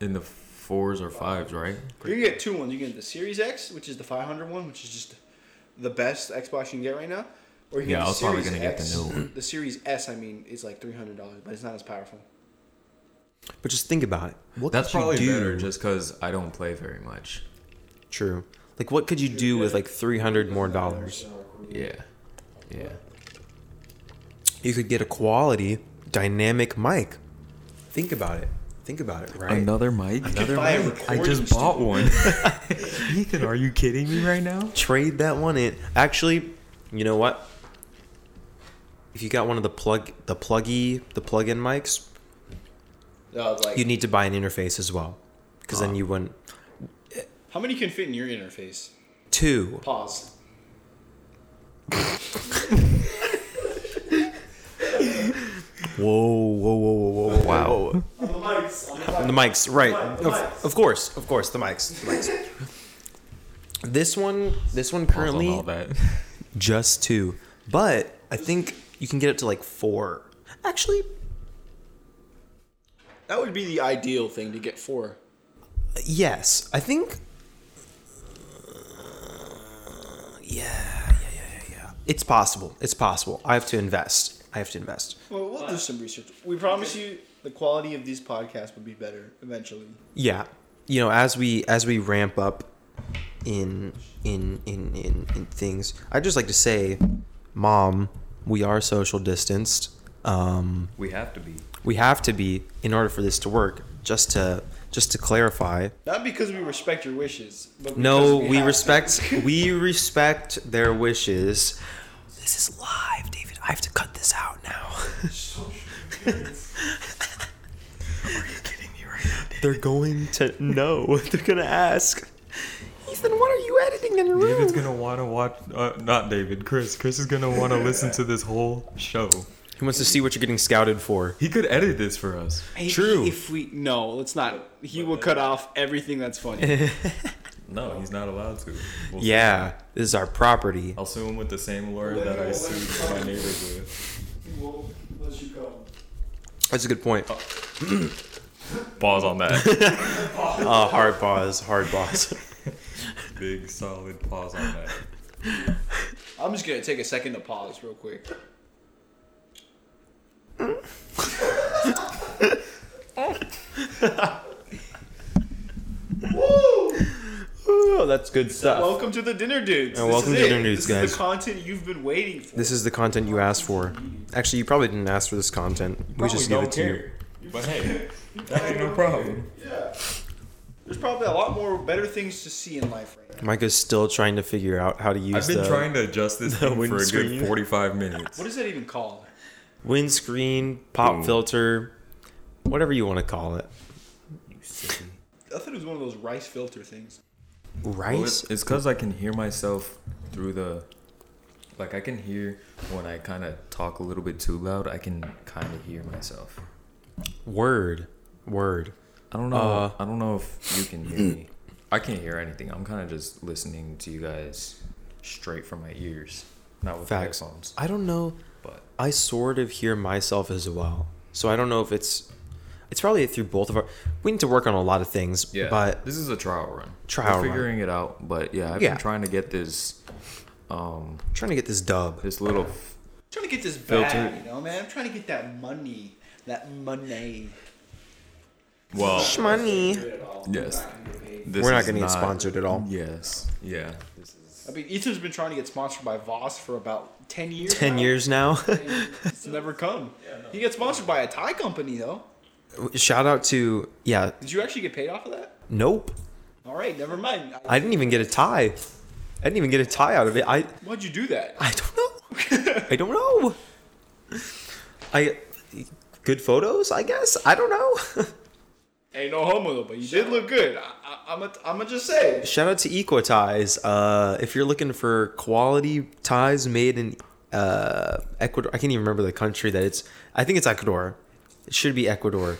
in the fours or fives, right?
You can get two ones. You can get the Series X, which is the 500 one, which is just the best Xbox you can get right now. Or you can
Yeah,
get
I
the
was probably
Series
gonna get the
X.
new one.
The Series S, I mean, is like $300, but it's not as powerful.
But just think about it. What
That's
could
probably
you do?
better, just because I don't play very much.
True. Like what could you do with like 300 more dollars?
Yeah, yeah.
You could get a quality dynamic mic. Think about it. Think about it, right?
Another mic. Another
buy a
I
recording
just bought one. Ethan, are you kidding me right now?
trade that one in. Actually, you know what? If you got one of the plug the pluggy the plug-in mics,
Uh, like,
you need to buy an interface as well, because then you wouldn't.
how many can fit in your interface?
Two.
Pause.
Whoa! Whoa! Whoa! Whoa! Whoa! Wow!
On the mics. On the mics.
The mics, right?
The mics.
Of, of course, of course, the mics. The mics. this one, this one currently
all that.
just two, but I think you can get it to like four. Actually,
That would be the ideal thing to get four.
Yes, I think. uh, yeah, yeah, yeah, yeah, yeah. It's possible. It's possible. I have to invest. I have to invest.
Well, we'll do some research. We promise you the quality of these podcasts will be better eventually.
Yeah, you know, as we as we ramp up in in in in, in things. I just like to say, Mom, we are social distanced. Um,
We have to be.
we have to be in order for this to work. Just to just to clarify,
Not because we respect your wishes. But
no,
because
we
have to.
respect we respect their wishes. This is live, David. I have to cut this out now. They're going to know. They're gonna ask. Ethan, what are you editing in your room?
David's gonna want to watch. Uh, not David. Chris. Chris is gonna want to listen to this whole show.
He wants to see what you're getting scouted for.
He could edit this for us.
Maybe
True.
If we no, let's not. He will cut off everything that's funny.
No, he's not allowed to. We'll sue him.
Yeah, this is our property.
I'll sue him with the same lawyer that I sued my neighbors with.
He won't let you go.
That's a good point.
Pause on that.
Uh, hard pause, hard pause.
Big solid pause on that.
I'm just gonna take a second to pause real quick.
Ooh, Oh, that's good stuff.
Welcome to the dinner dudes.
And
This
welcome
is
to
it.
Dinner Dudes,
this
guys.
Is the content you've been waiting for.
This is the content you asked for. Actually, you probably didn't ask for this content. We just gave it to you.
you. But hey, that ain't no problem.
There's probably a lot more better things to see in life right now.
Micah's still trying to figure out how to use
I've been
the
trying to adjust this thing for a
windscreen.
good 45 minutes.
What is that even called?
windscreen, pop
Mm.
filter, whatever you want to call it.
I thought it was one of those rice filter things.
Well,
Rice?
it's because I can hear myself through the. Like, I can hear when I kind of talk a little bit too loud, I can kind of hear myself.
Word. Word.
I don't know.
Uh,
I don't know if you can hear me. I can't hear anything. I'm kind of just listening to you guys straight from my ears, not with
Facts.
headphones.
I don't know.
But
I sort of hear myself as well. So I don't know if it's. It's probably through both of our. We need to work on a lot of things,
yeah,
but
this is a trial run.
Trial
We're
run.
figuring it out. But yeah, I've
Yeah.
been trying to get this, um,
I'm trying to get this dub.
this little.
I'm trying to get this
Filter.
bag, you know, man. I'm trying to get that money. That money.
Well,
Shmoney.
yes. This
We're not
is
going to get sponsored at all.
Yes. Yeah. This is
I mean, Ethan's been trying to get sponsored by Voss for about 10 years.
10
now.
years now.
It's never come. He gets sponsored by a Thai company, though.
Shout out to. Yeah.
Did you actually get paid off of that?
Nope.
All right, never mind. I-
I didn't even get a tie. I didn't even get a tie out of it. I.
Why'd you do that?
I don't know. I don't know. I good photos, I guess. I don't know.
Ain't no homo though, but you did look good. I, I, I'm gonna just say.
Shout out to Equa Ties. Uh, if you're looking for quality ties made in uh, Ecuador, I can't even remember the country that it's. I think it's Ecuador. It should be Ecuador.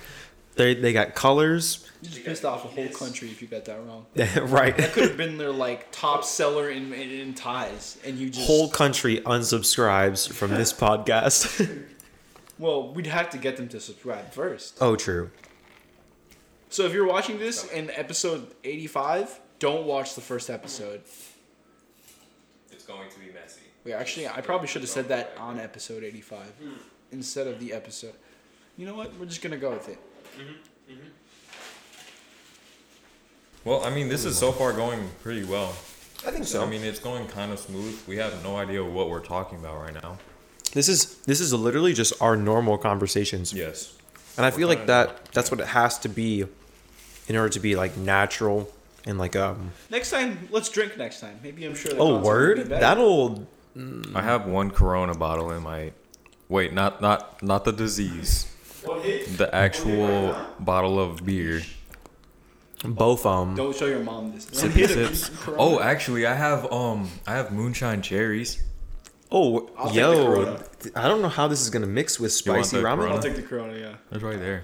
They they got colors,
You just pissed off a whole country if you got that wrong.
right?
Could have been their like top seller in, in, in ties, and you just
Whole country unsubscribes from this podcast.
Well, we'd have to get them to subscribe first.
oh, true.
So if you're watching this in episode 85, don't watch the first episode.
It's going to be messy.
Wait, actually, I probably should have said that on episode 85 instead of the episode. You know what? We're just gonna go with it.
Well, I mean, this is so far going pretty well.
I think
I mean, it's going kind of smooth. We have no idea what we're talking about right now.
This is this is literally just our normal conversations.
Yes.
And I feel like
kinda
that that's what it has to be in order to be like natural and like um
Next time, let's drink next time. Maybe I'm sure. the
oh
concept will be
word
better.
that'll
I have one Corona bottle in my. Wait, not not not the disease. The actual bottle of beer.
both um
Don't show your mom this.
Sippy sips. Oh, actually, I have um, I have moonshine cherries.
oh
I'll take the
yo
Corona.
th- I don't know how this is gonna mix with
You want
spicy
the
ramen.
I'll
Corona?
take the Corona. Yeah.
That's right there.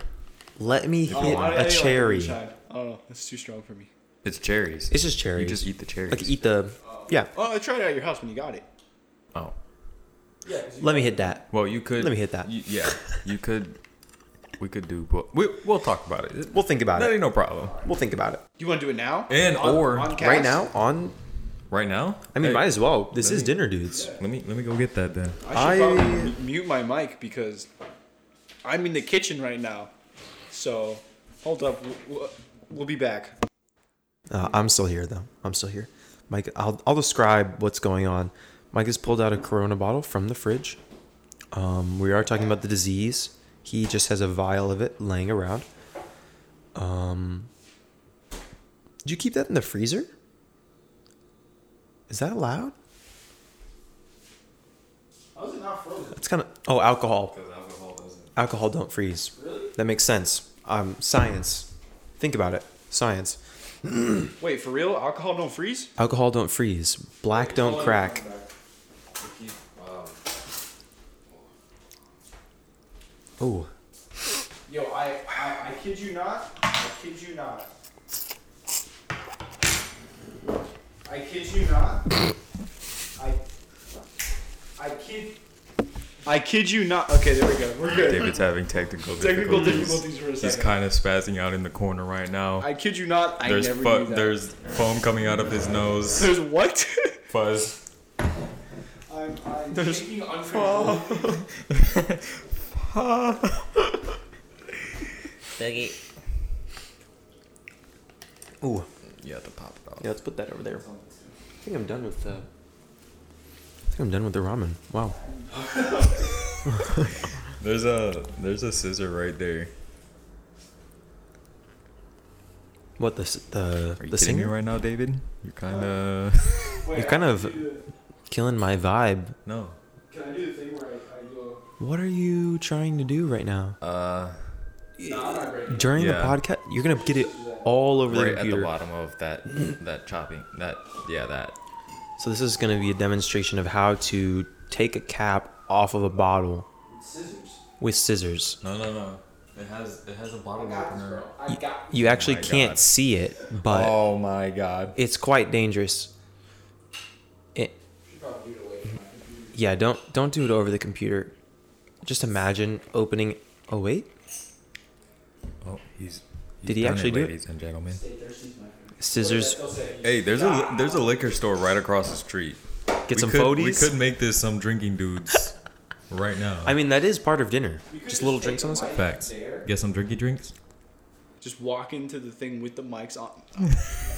Let me
Oh,
hit
I- I
a
like
cherry.
moonshine. Oh, that's too strong for me.
It's cherries.
It's just cherry.
you just eat the cherries.
like eat the yeah.
Oh, I tried it at your house when you got it.
oh,
Yeah,
Let me hit that.
well, you could.
Let me hit that.
you- yeah, you could. We could do. bo- We we'll talk about it.
We'll think about
That
it.
ain't no problem.
We'll think about it
You want to do it now?
And
On-
or-
on cast?
right now on.
Right now.
I mean,
Hey,
might as well. This
let
is
me-
dinner, dudes.
Let me let me go get that then.
I should
I-
probably mu- mute my mic because I'm in the kitchen right now. So hold up, we'll, we'll be back.
Uh, I'm still here though. I'm still here. Mike, I'll, I'll describe what's going on. Mike has pulled out a Corona bottle from the fridge. Um, we are talking about the disease. He just has a vial of it laying around. Um, did you keep that in the freezer? Is that allowed?
How is it not frozen?
That's kind of oh alcohol.
Because alcohol doesn't.
Alcohol don't freeze.
Really?
That makes sense. Um, science. Think about it. Science.
Wait, for real? Alcohol don't freeze?
Alcohol don't freeze. Black don't crack. Oh,
Yo, I, I, I kid you not. I kid you not. I kid you not. I, I kid.
I kid you not. Okay, there we go. We're good.
David's having technical difficulties.
Technical difficulties for a
He's
second.
kind of spazzing out in the corner right now.
I kid you not. I
there's
never
fu-
knew that.
there's foam coming out of his nose.
There's what?
Fuzz.
I'm, I'm
There's-
taking uncontrolled.
Oh.
ooh.
You have to pop it off.
Yeah, let's put that over there. I think I'm done with the. I think I'm done with the ramen. Wow.
There's a there's a scissor right there.
What the s- the
Are you
the
kidding me
singer?
right now, David? You're kind of
Wait,
You're
I
kind
have
of-
to do
Killing my vibe.
no.
the- Can I do the thing where I, I go?
What are you trying to do right now?
Uh,
Nah, I'm not breaking.
During
Yeah.
the podcast, you're gonna get it all over the
right at
computer.
the bottom of that that chopping that yeah that.
So this is going to be a demonstration of how to take a cap off of a bottle
Scissors.
with scissors.
No no no. It has it has a
I
bottle
got this, bro. I got
You actually
Oh my
can't
God.
see it, but
Oh my god.
it's quite dangerous. It,
should probably do it away from my computer.
yeah, don't don't do it over the computer. Just imagine opening. Oh wait,
Oh, he's. he's
Did he
done
actually
it,
do it?
ladies and gentlemen?
Stay thirsty is my favorite.
scissors.
What does that go say?
Hey, there's a there's a liquor store right across the street.
Get
we
some
could, We
photies.
could make this some drinking dudes right now.
I mean, that is part of dinner.
You could
Just little
take
drinks on
a
the side.
mic
Facts.
there.
Get some drinky drinks.
Just walk into the thing with the mics on.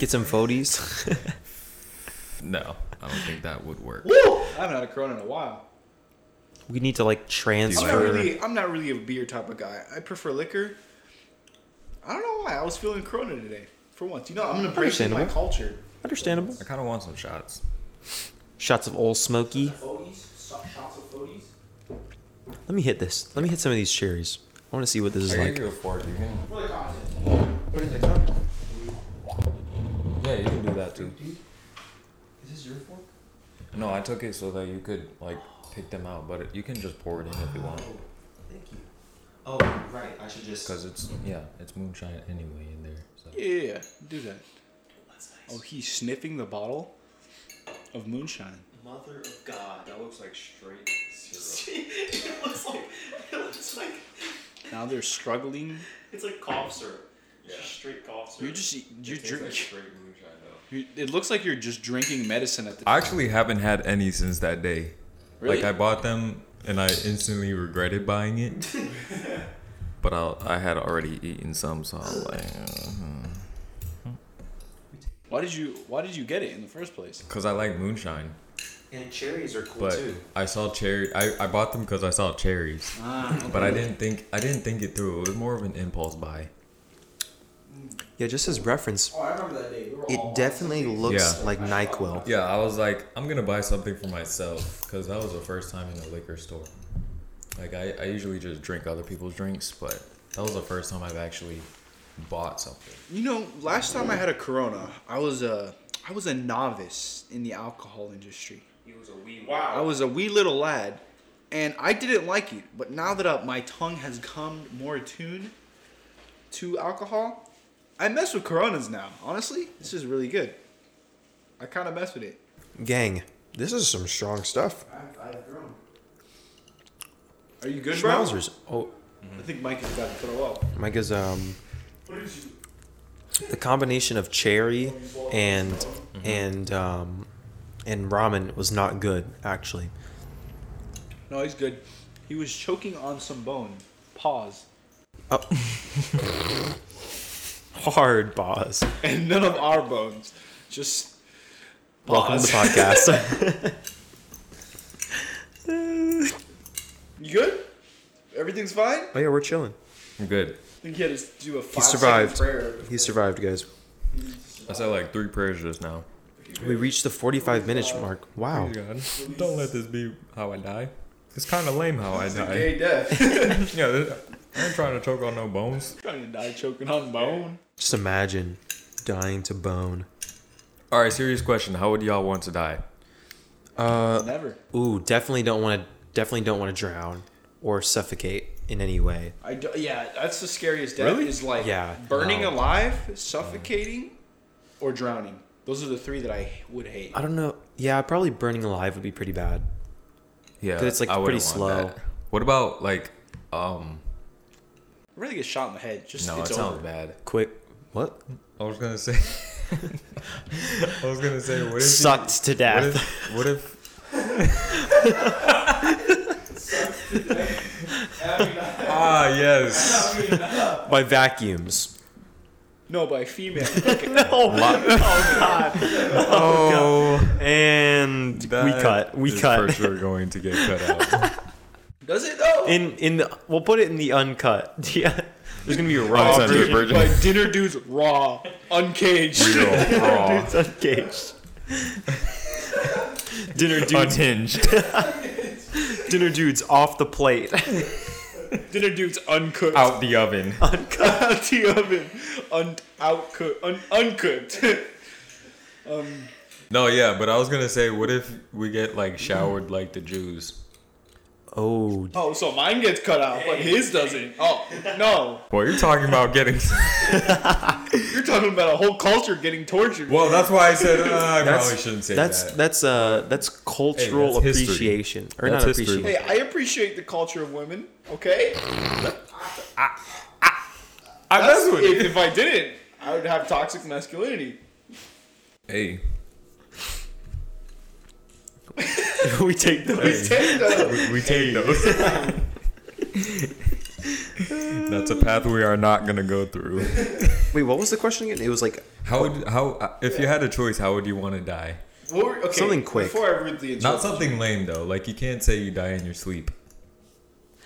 Get some photies.
No, I don't think that would work.
Woo! I haven't had a Corona in a while.
we need to like
I'm not
transfer.
really. I'm not really a beer type of guy. I prefer liquor. I don't know why. I was feeling Corona today. For once, you know, I'm embracing my
Understandable.
culture.
Understandable.
I kind of want some shots.
Shots of Old Smoky.
Foaties, so- shots of foaties.
Let me hit this. Let me hit some of these cherries. I want to see what this is like.
you a fork. You can.
For the content.
What is it?
Yeah, you can do that too.
Is this your fork?
No, I took it so that you could like pick them out, but you can just pour it in if you want.
Thank you. Oh, right. I should just.
Cause it's yeah, it's moonshine anyway in there. So.
Yeah, yeah, yeah. do that. Oh, he's sniffing the bottle of moonshine.
Oh, Mother of God, that looks like straight syrup.
it looks like it looks like
Now they're struggling.
it's like cough syrup. It's just straight cough syrup.
You're just you're drink.
moonshine though.
you it looks like you're just drinking medicine at the.
I actually haven't had any since that day.
Really?
Like I bought them and I instantly regretted buying it. but I I had already eaten some, so I was like, mm-hmm.
Why did you Why did you get it in the first place?
cause I like moonshine.
And cherries are cool
But I saw cherry. I, I bought them because I saw cherries. But I didn't think I didn't think it through. It was more of an impulse buy.
Yeah, just as reference,
Oh, I remember that day. We were all
it definitely looks
Yeah.
like NyQuil.
Yeah, I was like, I'm gonna buy something for myself because that was the first time in a liquor store. Like I, I usually just drink other people's drinks, but that was the first time I've actually bought something.
You know, last time I had a Corona, I was a I was a novice in the alcohol industry. I
Wow.
was a wee little lad, and I didn't like it. But now that uh, my tongue has come more attuned to alcohol, I mess with Coronas now. Honestly, this is really good. I kind of mess with it.
Gang, this is some strong stuff.
I've, I've grown.
Are you good, bro?
Schmauzers. Oh,
I think Mike has got to throw up.
Mike is um
What did you?
the combination of cherry and
Mm-hmm.
and um and ramen was not good actually.
No, he's good. He was choking on some bone. Pause.
Oh. Hard pause.
And none of our bones. Just
Welcome to the podcast.
You good? Everything's fine?
oh yeah, we're chilling.
I'm good.
I think he had to do a five
survived.
prayer.
He survived, guys.
I said like three prayers just now.
We reached the 45 minutes mark.
Oh.
Wow.
God, don't let this be how I die. It's kind of lame how I die.
Gay death.
Yeah, this- I ain't trying to choke on no bones.
Trying to die choking on bone.
Just imagine dying to bone.
All right, serious question. How would y'all want to die?
Never.
Ooh, definitely don't want to definitely don't want to drown or suffocate in any way.
I do, yeah, that's the scariest death.
Really?
Is like
Yeah,
burning
no.
alive, suffocating, or drowning. Those are the three that I would hate.
I don't know. Yeah, probably burning alive would be pretty bad.
Yeah,
'Cause it's, like,
I
pretty
wouldn't want
slow.
that. What about like, um?
really get shot in the head. Just
No,
it's
it
over.
sounds bad.
Quick. What?
I was gonna say. I was gonna say what if
Sucked to
What
death.
if, what if ah yes
By vacuums.
No, by female. Okay.
Oh, god.
oh
And we cut. We
for
cut.
sure going to get cut out
Does it though?
In in the, we'll put it in the uncut. Yeah. There's gonna be a
Oh,
raw
Uncensored
version.
version.
Like dinner dudes raw, uncaged.
Dude's uncaged. Dinner dudes.
unhinged
Dinner dudes off the plate.
dinner dudes uncooked.
out the oven
out the oven, un- outcooked, un- uncooked. um,
no yeah but I was gonna say what if we get like showered like the Jews
Oh,
oh, so mine gets cut out, but his doesn't. Oh no,
well you're talking about getting
you're talking about a whole culture getting tortured.
well that's why I said uh, I probably
That's-
shouldn't say
that's
that
that's uh that's cultural
that's history.
appreciation or
That's
not
history.
appreciation.
Hey, I appreciate the culture of women. Okay,
I
That's-
mess with
if,
it
if I didn't, I would have toxic masculinity.
hey
we take those.
Take that.
We take those. That's a path we are not gonna go through.
Wait, what was the question again? It was like
How would how if you had a choice, how would you want to die?
What were- okay,
Something quick.
Before I rudely
Not
interrupt,
something lame though. Like you can't say you die in your sleep.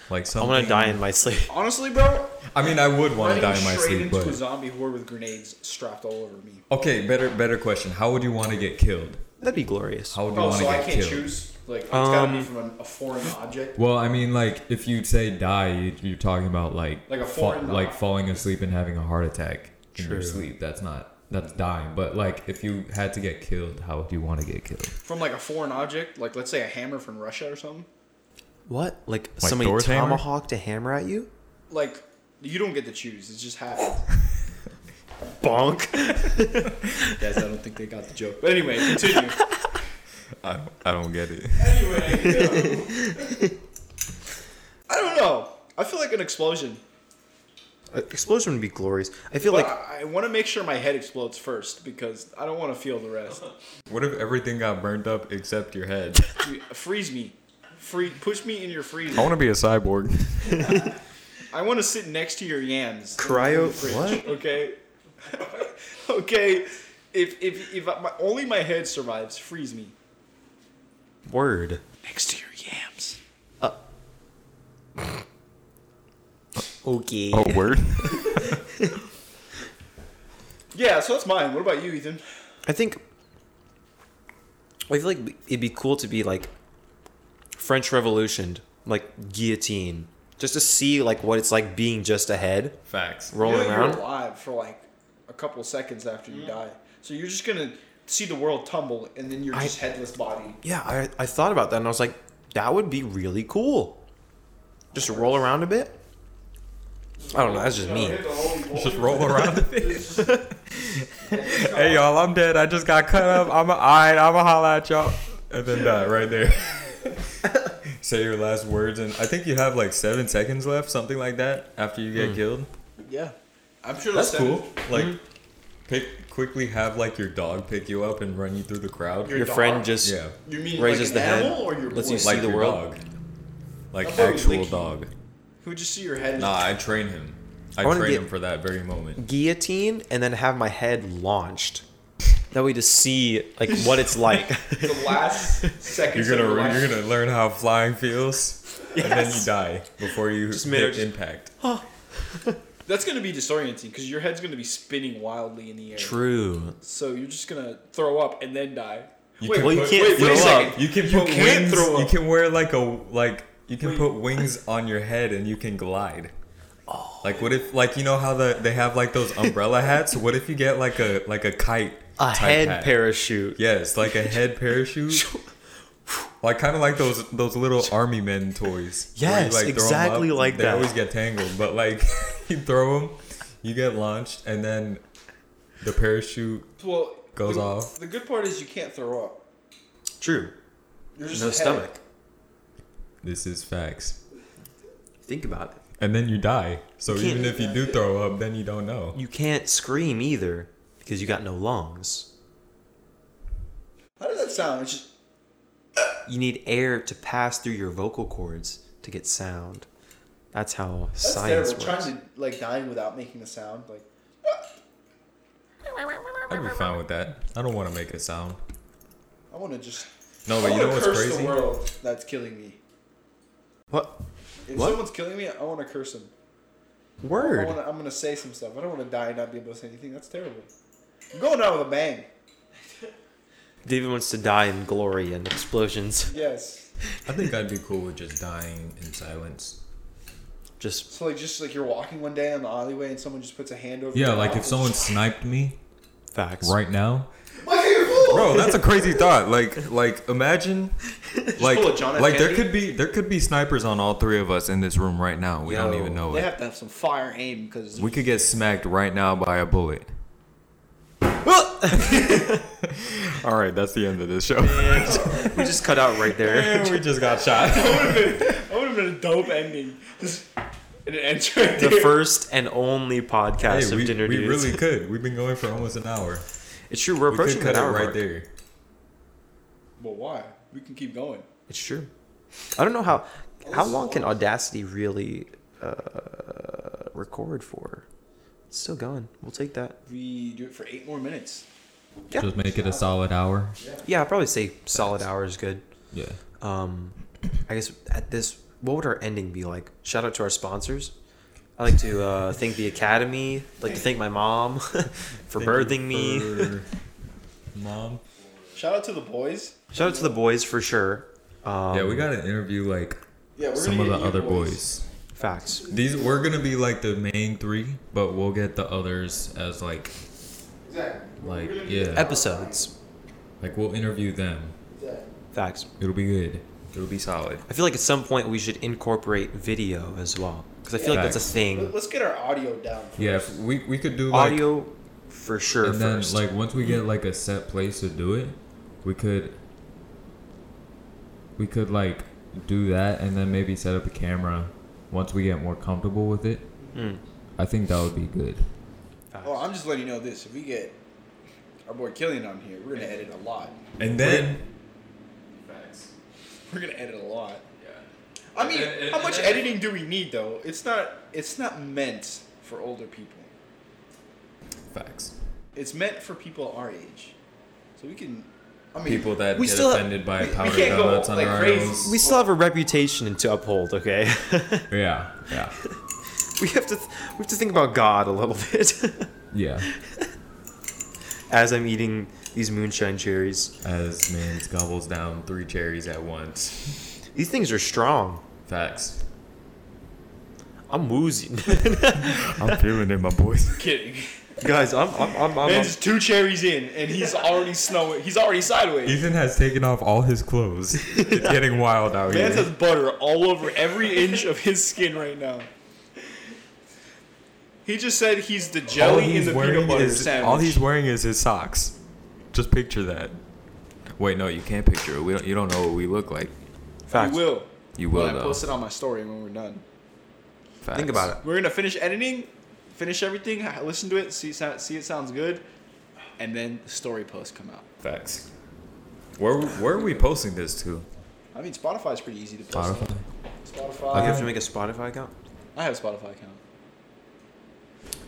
Like
I
something.
want to die in my sleep.
honestly, bro,
I mean, I would want to
running
die in my
straight
sleep,
into a
but
zombie horde with grenades strapped all over me.
okay. Better better question. How would you want to get killed?
That'd be glorious.
How would you
Oh,
want to
so I
get
can't
killed?
choose. Like it's gotta be
Um,
from an, a foreign object.
Well, I mean, like if you say die, you- you're talking about like
Like a
fa-
foreign-
like falling asleep and having a heart attack in your
True.
sleep. That's not that's dying. But like if you had to get killed, how would you want to get killed?
from like a foreign object, like let's say a hammer from Russia or something.
What? Like, somebody
Thor's hammer?
tomahawked a hammer at you?
Like you don't get to choose; it just happens.
Bonk.
Guys, I don't think they got the joke. But anyway, continue.
I I don't get it.
anyway, I don't know. I feel like an explosion.
Uh, Explosion would be glorious. I feel
But
like
I, I want to make sure my head explodes first because I don't want to feel the rest.
What if everything got burned up except your head?
Dude, freeze me, free, push me in your freezer.
I want to be a cyborg.
I want to sit next to your yams. in the
Cryo-
fridge,
what?
Okay. okay. If if if I, my, only my head survives, freeze me.
word. Uh.
Next to your yams.
Okay.
Oh, word.
Yeah, so that's mine. What about you, Ethan?
I think. I feel like it'd be cool to be like French Revolutioned, like guillotine, just to see like what it's like being just a head
Facts.
You
rolling
know
around.
You're alive for like a couple seconds after you die, so you're just gonna see the world tumble, and then you're
I-
just headless body.
Yeah, I, I thought about that and I was like, that would be really cool. Just to roll around a bit. I don't know. That's just me.
Just roll around a bit. hey y'all, I'm dead. I just got cut up. I'm a, all right. I'm a holla at y'all, and then die right there. Say your last words, and I think you have like seven seconds left, something like that, after you
Hmm.
get killed.
Yeah, I'm sure
That's cool. Like, pick quickly have like your dog pick you up and run you through the crowd.
Your
Your
dog?
friend just
Yeah.
You mean
raises
like
the
an
head.
animal or your
Let's
boy?
see
like
the
your
world?
dog, like
thought it was
actual
licky.
dog.
who just see your head? and-
Nah, I train him. I,
wanna
train
get-
him for that very moment.
guillotine and then have my head launched. That way to see like what it's like.
The last second.
You're gonna you're gonna learn how flying feels, and then you
Yes.
die before you
Just made
hit
it-
impact.
That's gonna be disorienting because your head's gonna be spinning wildly in the air.
True.
So you're just gonna throw up and then die.
You
Wait,
can
well, you
put-
can't
wait,
throw
wait a
up.
second.
You can
You
put
can't
wings.
throw
You
up.
can wear like a like. You can
Wait.
put wings on your head and you can glide.
Oh.
Like what if like you know how the they have like those umbrella hats? What if you get like a like a kite
A
type
head
hat?
parachute.
Yes, like a head parachute. Like kind of like those those little army men toys. where you,
Yes,
throw 'em
exactly
up,
like
they
that.
always get tangled, but like you throw them, you get launched, and then the parachute.
Well,
Goes
the,
off.
The good part is you can't throw up.
True.
You're just
No
head.
stomach.
This is facts.
Think about it.
And then you die. So
You can't-
even if you do throw up, then you don't know.
You can't scream either because you got no lungs.
How does that sound? It's just,
You need air to pass through your vocal cords to get sound. That's how
that's
science
terrible.
works.
Trying to like dying without making a sound. Like
I'd be fine with that. I don't want to make a sound.
I want to just.
No,
I
but you
wanna
know what's
curse
crazy?
The world that's killing me.
What
If
What?
someone's killing me, I want to curse them. I
word?
wanna, I'm gonna say some stuff. I don't want to die and not be able to say anything. That's terrible. I'm going out with a bang.
David wants to die in glory and explosions.
Yes.
I think I'd be cool with just dying in silence.
Just
So like, just like you're walking one day on the alleyway and someone just puts a hand over.
Yeah,
your
like
mouth
if
and
someone
just-
sniped me
facts.
right now,
Michael, you're full.
bro that's a crazy thought like like imagine like
full of John F.
like
Kennedy.
there could be there could be snipers on all three of us in this room right now we don't
Yo.
even know
They
it
have to have some fire aim because
we could get smacked right now by a bullet all right that's the end of this show
we just cut out right there.
we just got shot
That would have been a dope ending. Just an ends right
The
there.
first and only podcast
hey,
of
we,
dinner
we
dudes.
really could we've been going for almost an hour
it's true. We're
we could
approaching an
cut it
hour
right
mark.
there
Well, why? We can keep going.
It's true. I don't know how how long can Audacity really uh, record for. It's still going. We'll take that.
We do it for eight more minutes.
Yeah.
just make it a solid hour
Yeah, I'd probably say solid hour is good.
yeah
Um, I guess at this, what would our ending be like? Shout out to our sponsors. I like to uh, thank the Academy. I'd like to thank my mom for birthing me.
mom
Shout out to the boys.
Shout out to the boys for sure. Um,
yeah we gotta interview like
Yeah, we're
some of
gonna
the
get you
other boys.
facts.
These we're gonna be like the main three, but we'll get the others as like
Exactly.
like yeah,
Episodes.
like we'll interview them.
Facts.
It'll be good. It'll be solid.
I feel like at some point we should incorporate video as well because I feel like that's
Facts.
a thing.
Let- Let's get our audio down.
Yeah, if we we could do like
Audio for sure
and then
first.
like once we get like a set place to do it, we could we could like do that and then maybe set up a camera once we get more comfortable with it.
Mm.
I think that would be good.
Facts.
Oh, I'm just letting you know this. If we get our boy Killian on here, we're gonna edit a lot.
And then
Facts.
We're gonna edit a lot.
Yeah.
I mean,
And- and-
how much
and-
editing do we need though? It's not. It's not meant for older people.
facts.
It's meant for people our age, so we can. I mean,
People that
We
get
still have-
offended by
we- we
powdered
can't go,
donuts on
like,
their
crazy.
arms.
we still have a reputation to uphold. Okay,
Yeah, yeah,
we have to th- we have to think about God a little bit.
yeah.
as I'm eating these moonshine cherries.
As man gobbles down three cherries at once.
These things are strong.
Facts.
I'm woozy,
I'm feeling it, my boys.
kidding.
guys. I'm I'm I'm, I'm,
Man's two cherries in, and he's already snowing. He's already sideways.
Ethan has taken off all his clothes. It's getting wild out
Vance
here.
has butter all over every inch of his skin right now. He just said he's the
all
jelly in
he's
the
wearing
peanut butter
is
sandwich.
all he's wearing is his socks. Just picture that. Wait, no, you can't picture it. We don't. You don't know what we look like.
facts.
you will.
You
When
will
I
though.
post it on my story when we're done.
Facts.
Think about it.
We're gonna finish editing, finish everything, h- listen to it, see sou- see it sounds good, and then the story posts come out.
Facts. Where Where are we posting this to?
I mean, Spotify's pretty easy to post.
Spotify.
Spotify.
uh,
you have to make a Spotify account.
I have a Spotify account.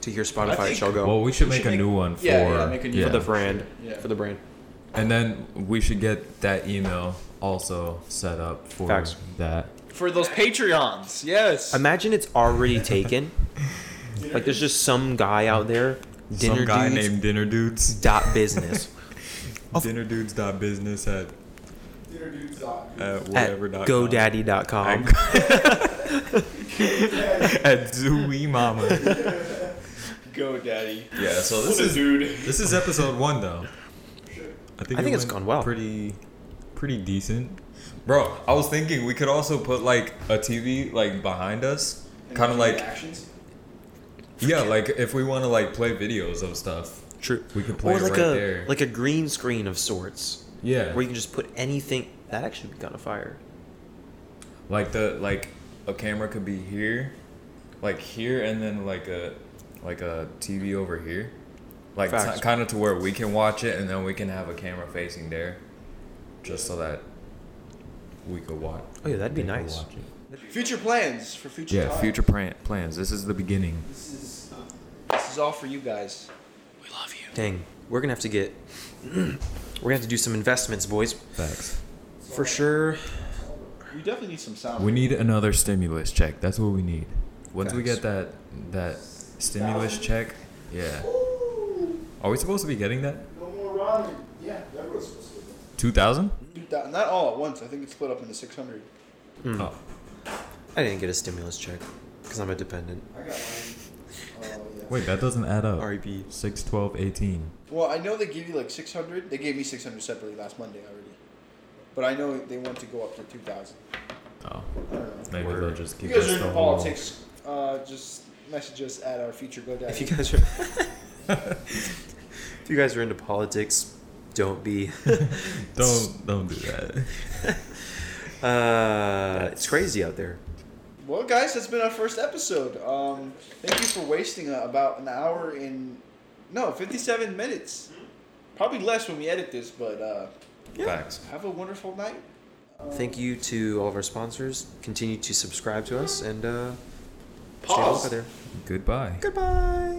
to your Spotify
think-
shall go.
Well, we should make
should
a
make-
new one for
yeah, yeah, make a new-
yeah.
for the brand.
Yeah.
For the brand.
and then we should get that email also set up for
Facts.
that.
For those Patreons, yes.
Imagine it's already taken. like there's just some guy out there, dinner
Some guy
dudes
named Dinner Dudes.
dot business
Dinner Dudes dot business at at
at
whatever dot com.
GoDaddy.com.
at Zooey Mama.
Go, Daddy.
Yeah, so this
What a
is
dude.
this is episode one though.
I think
it
it's
went
gone well.
Pretty, pretty decent, bro. I was thinking we could also put like a TV like behind us, kind of like
Actions.
yeah, like if we want to like play videos of stuff,
True.
we can play
Or
it
like
right
a
there.
like a green screen of sorts
yeah,
where you can just put anything. That actually would be kind of fire.
like the like a camera could be here, like here, and then like a like a TV over here, like
Facts.
kind of to where we can watch it, and then we can have a camera facing there, just so that we could watch.
Oh yeah, that'd be
we could
nice.
watch it.
Future plans for future.
Yeah,
time.
future plan- plans. This is the beginning.
This is, this is all for you guys. We love you.
Dang, we're gonna have to get. we're gonna have to do some investments, boys.
Facts.
For sure.
You definitely need some sound.
We need another stimulus check. That's what we need. Once we
Facts.
get that that stimulus check, yeah. Are we supposed to be getting that?
No more ramen. Yeah, that was supposed to be.
Two thousand?
Dude, that- Not all at once. I think it's split up into 600. Hmm.
Oh,
Hmm. I didn't get a stimulus check because I'm a dependent. E
I got mine. Oh, yeah.
wait, that doesn't add up.
R.E.P.
Six, twelve, eighteen.
Well, I know they gave you like 600. They gave me 600 separately last Monday already. But I know they want to go up to 2,000.
Oh,
I don't know.
maybe
Word.
they'll just
You
give us
guys are
the
into
whole.
politics. Uh, just message us at our future GoDaddy.
If you guys are, if you guys are into politics, don't be.
Don't don't do that.
Uh, it's crazy out there.
Well, guys, that's been our first episode. Um, thank you for wasting uh, about an hour and no, fifty-seven minutes. Probably less when we edit this, but uh,
Facts.
have a wonderful night.
Thank you to all of our sponsors. Continue to subscribe to us and uh, stay woke
Pause.
out there.
Goodbye.
Goodbye.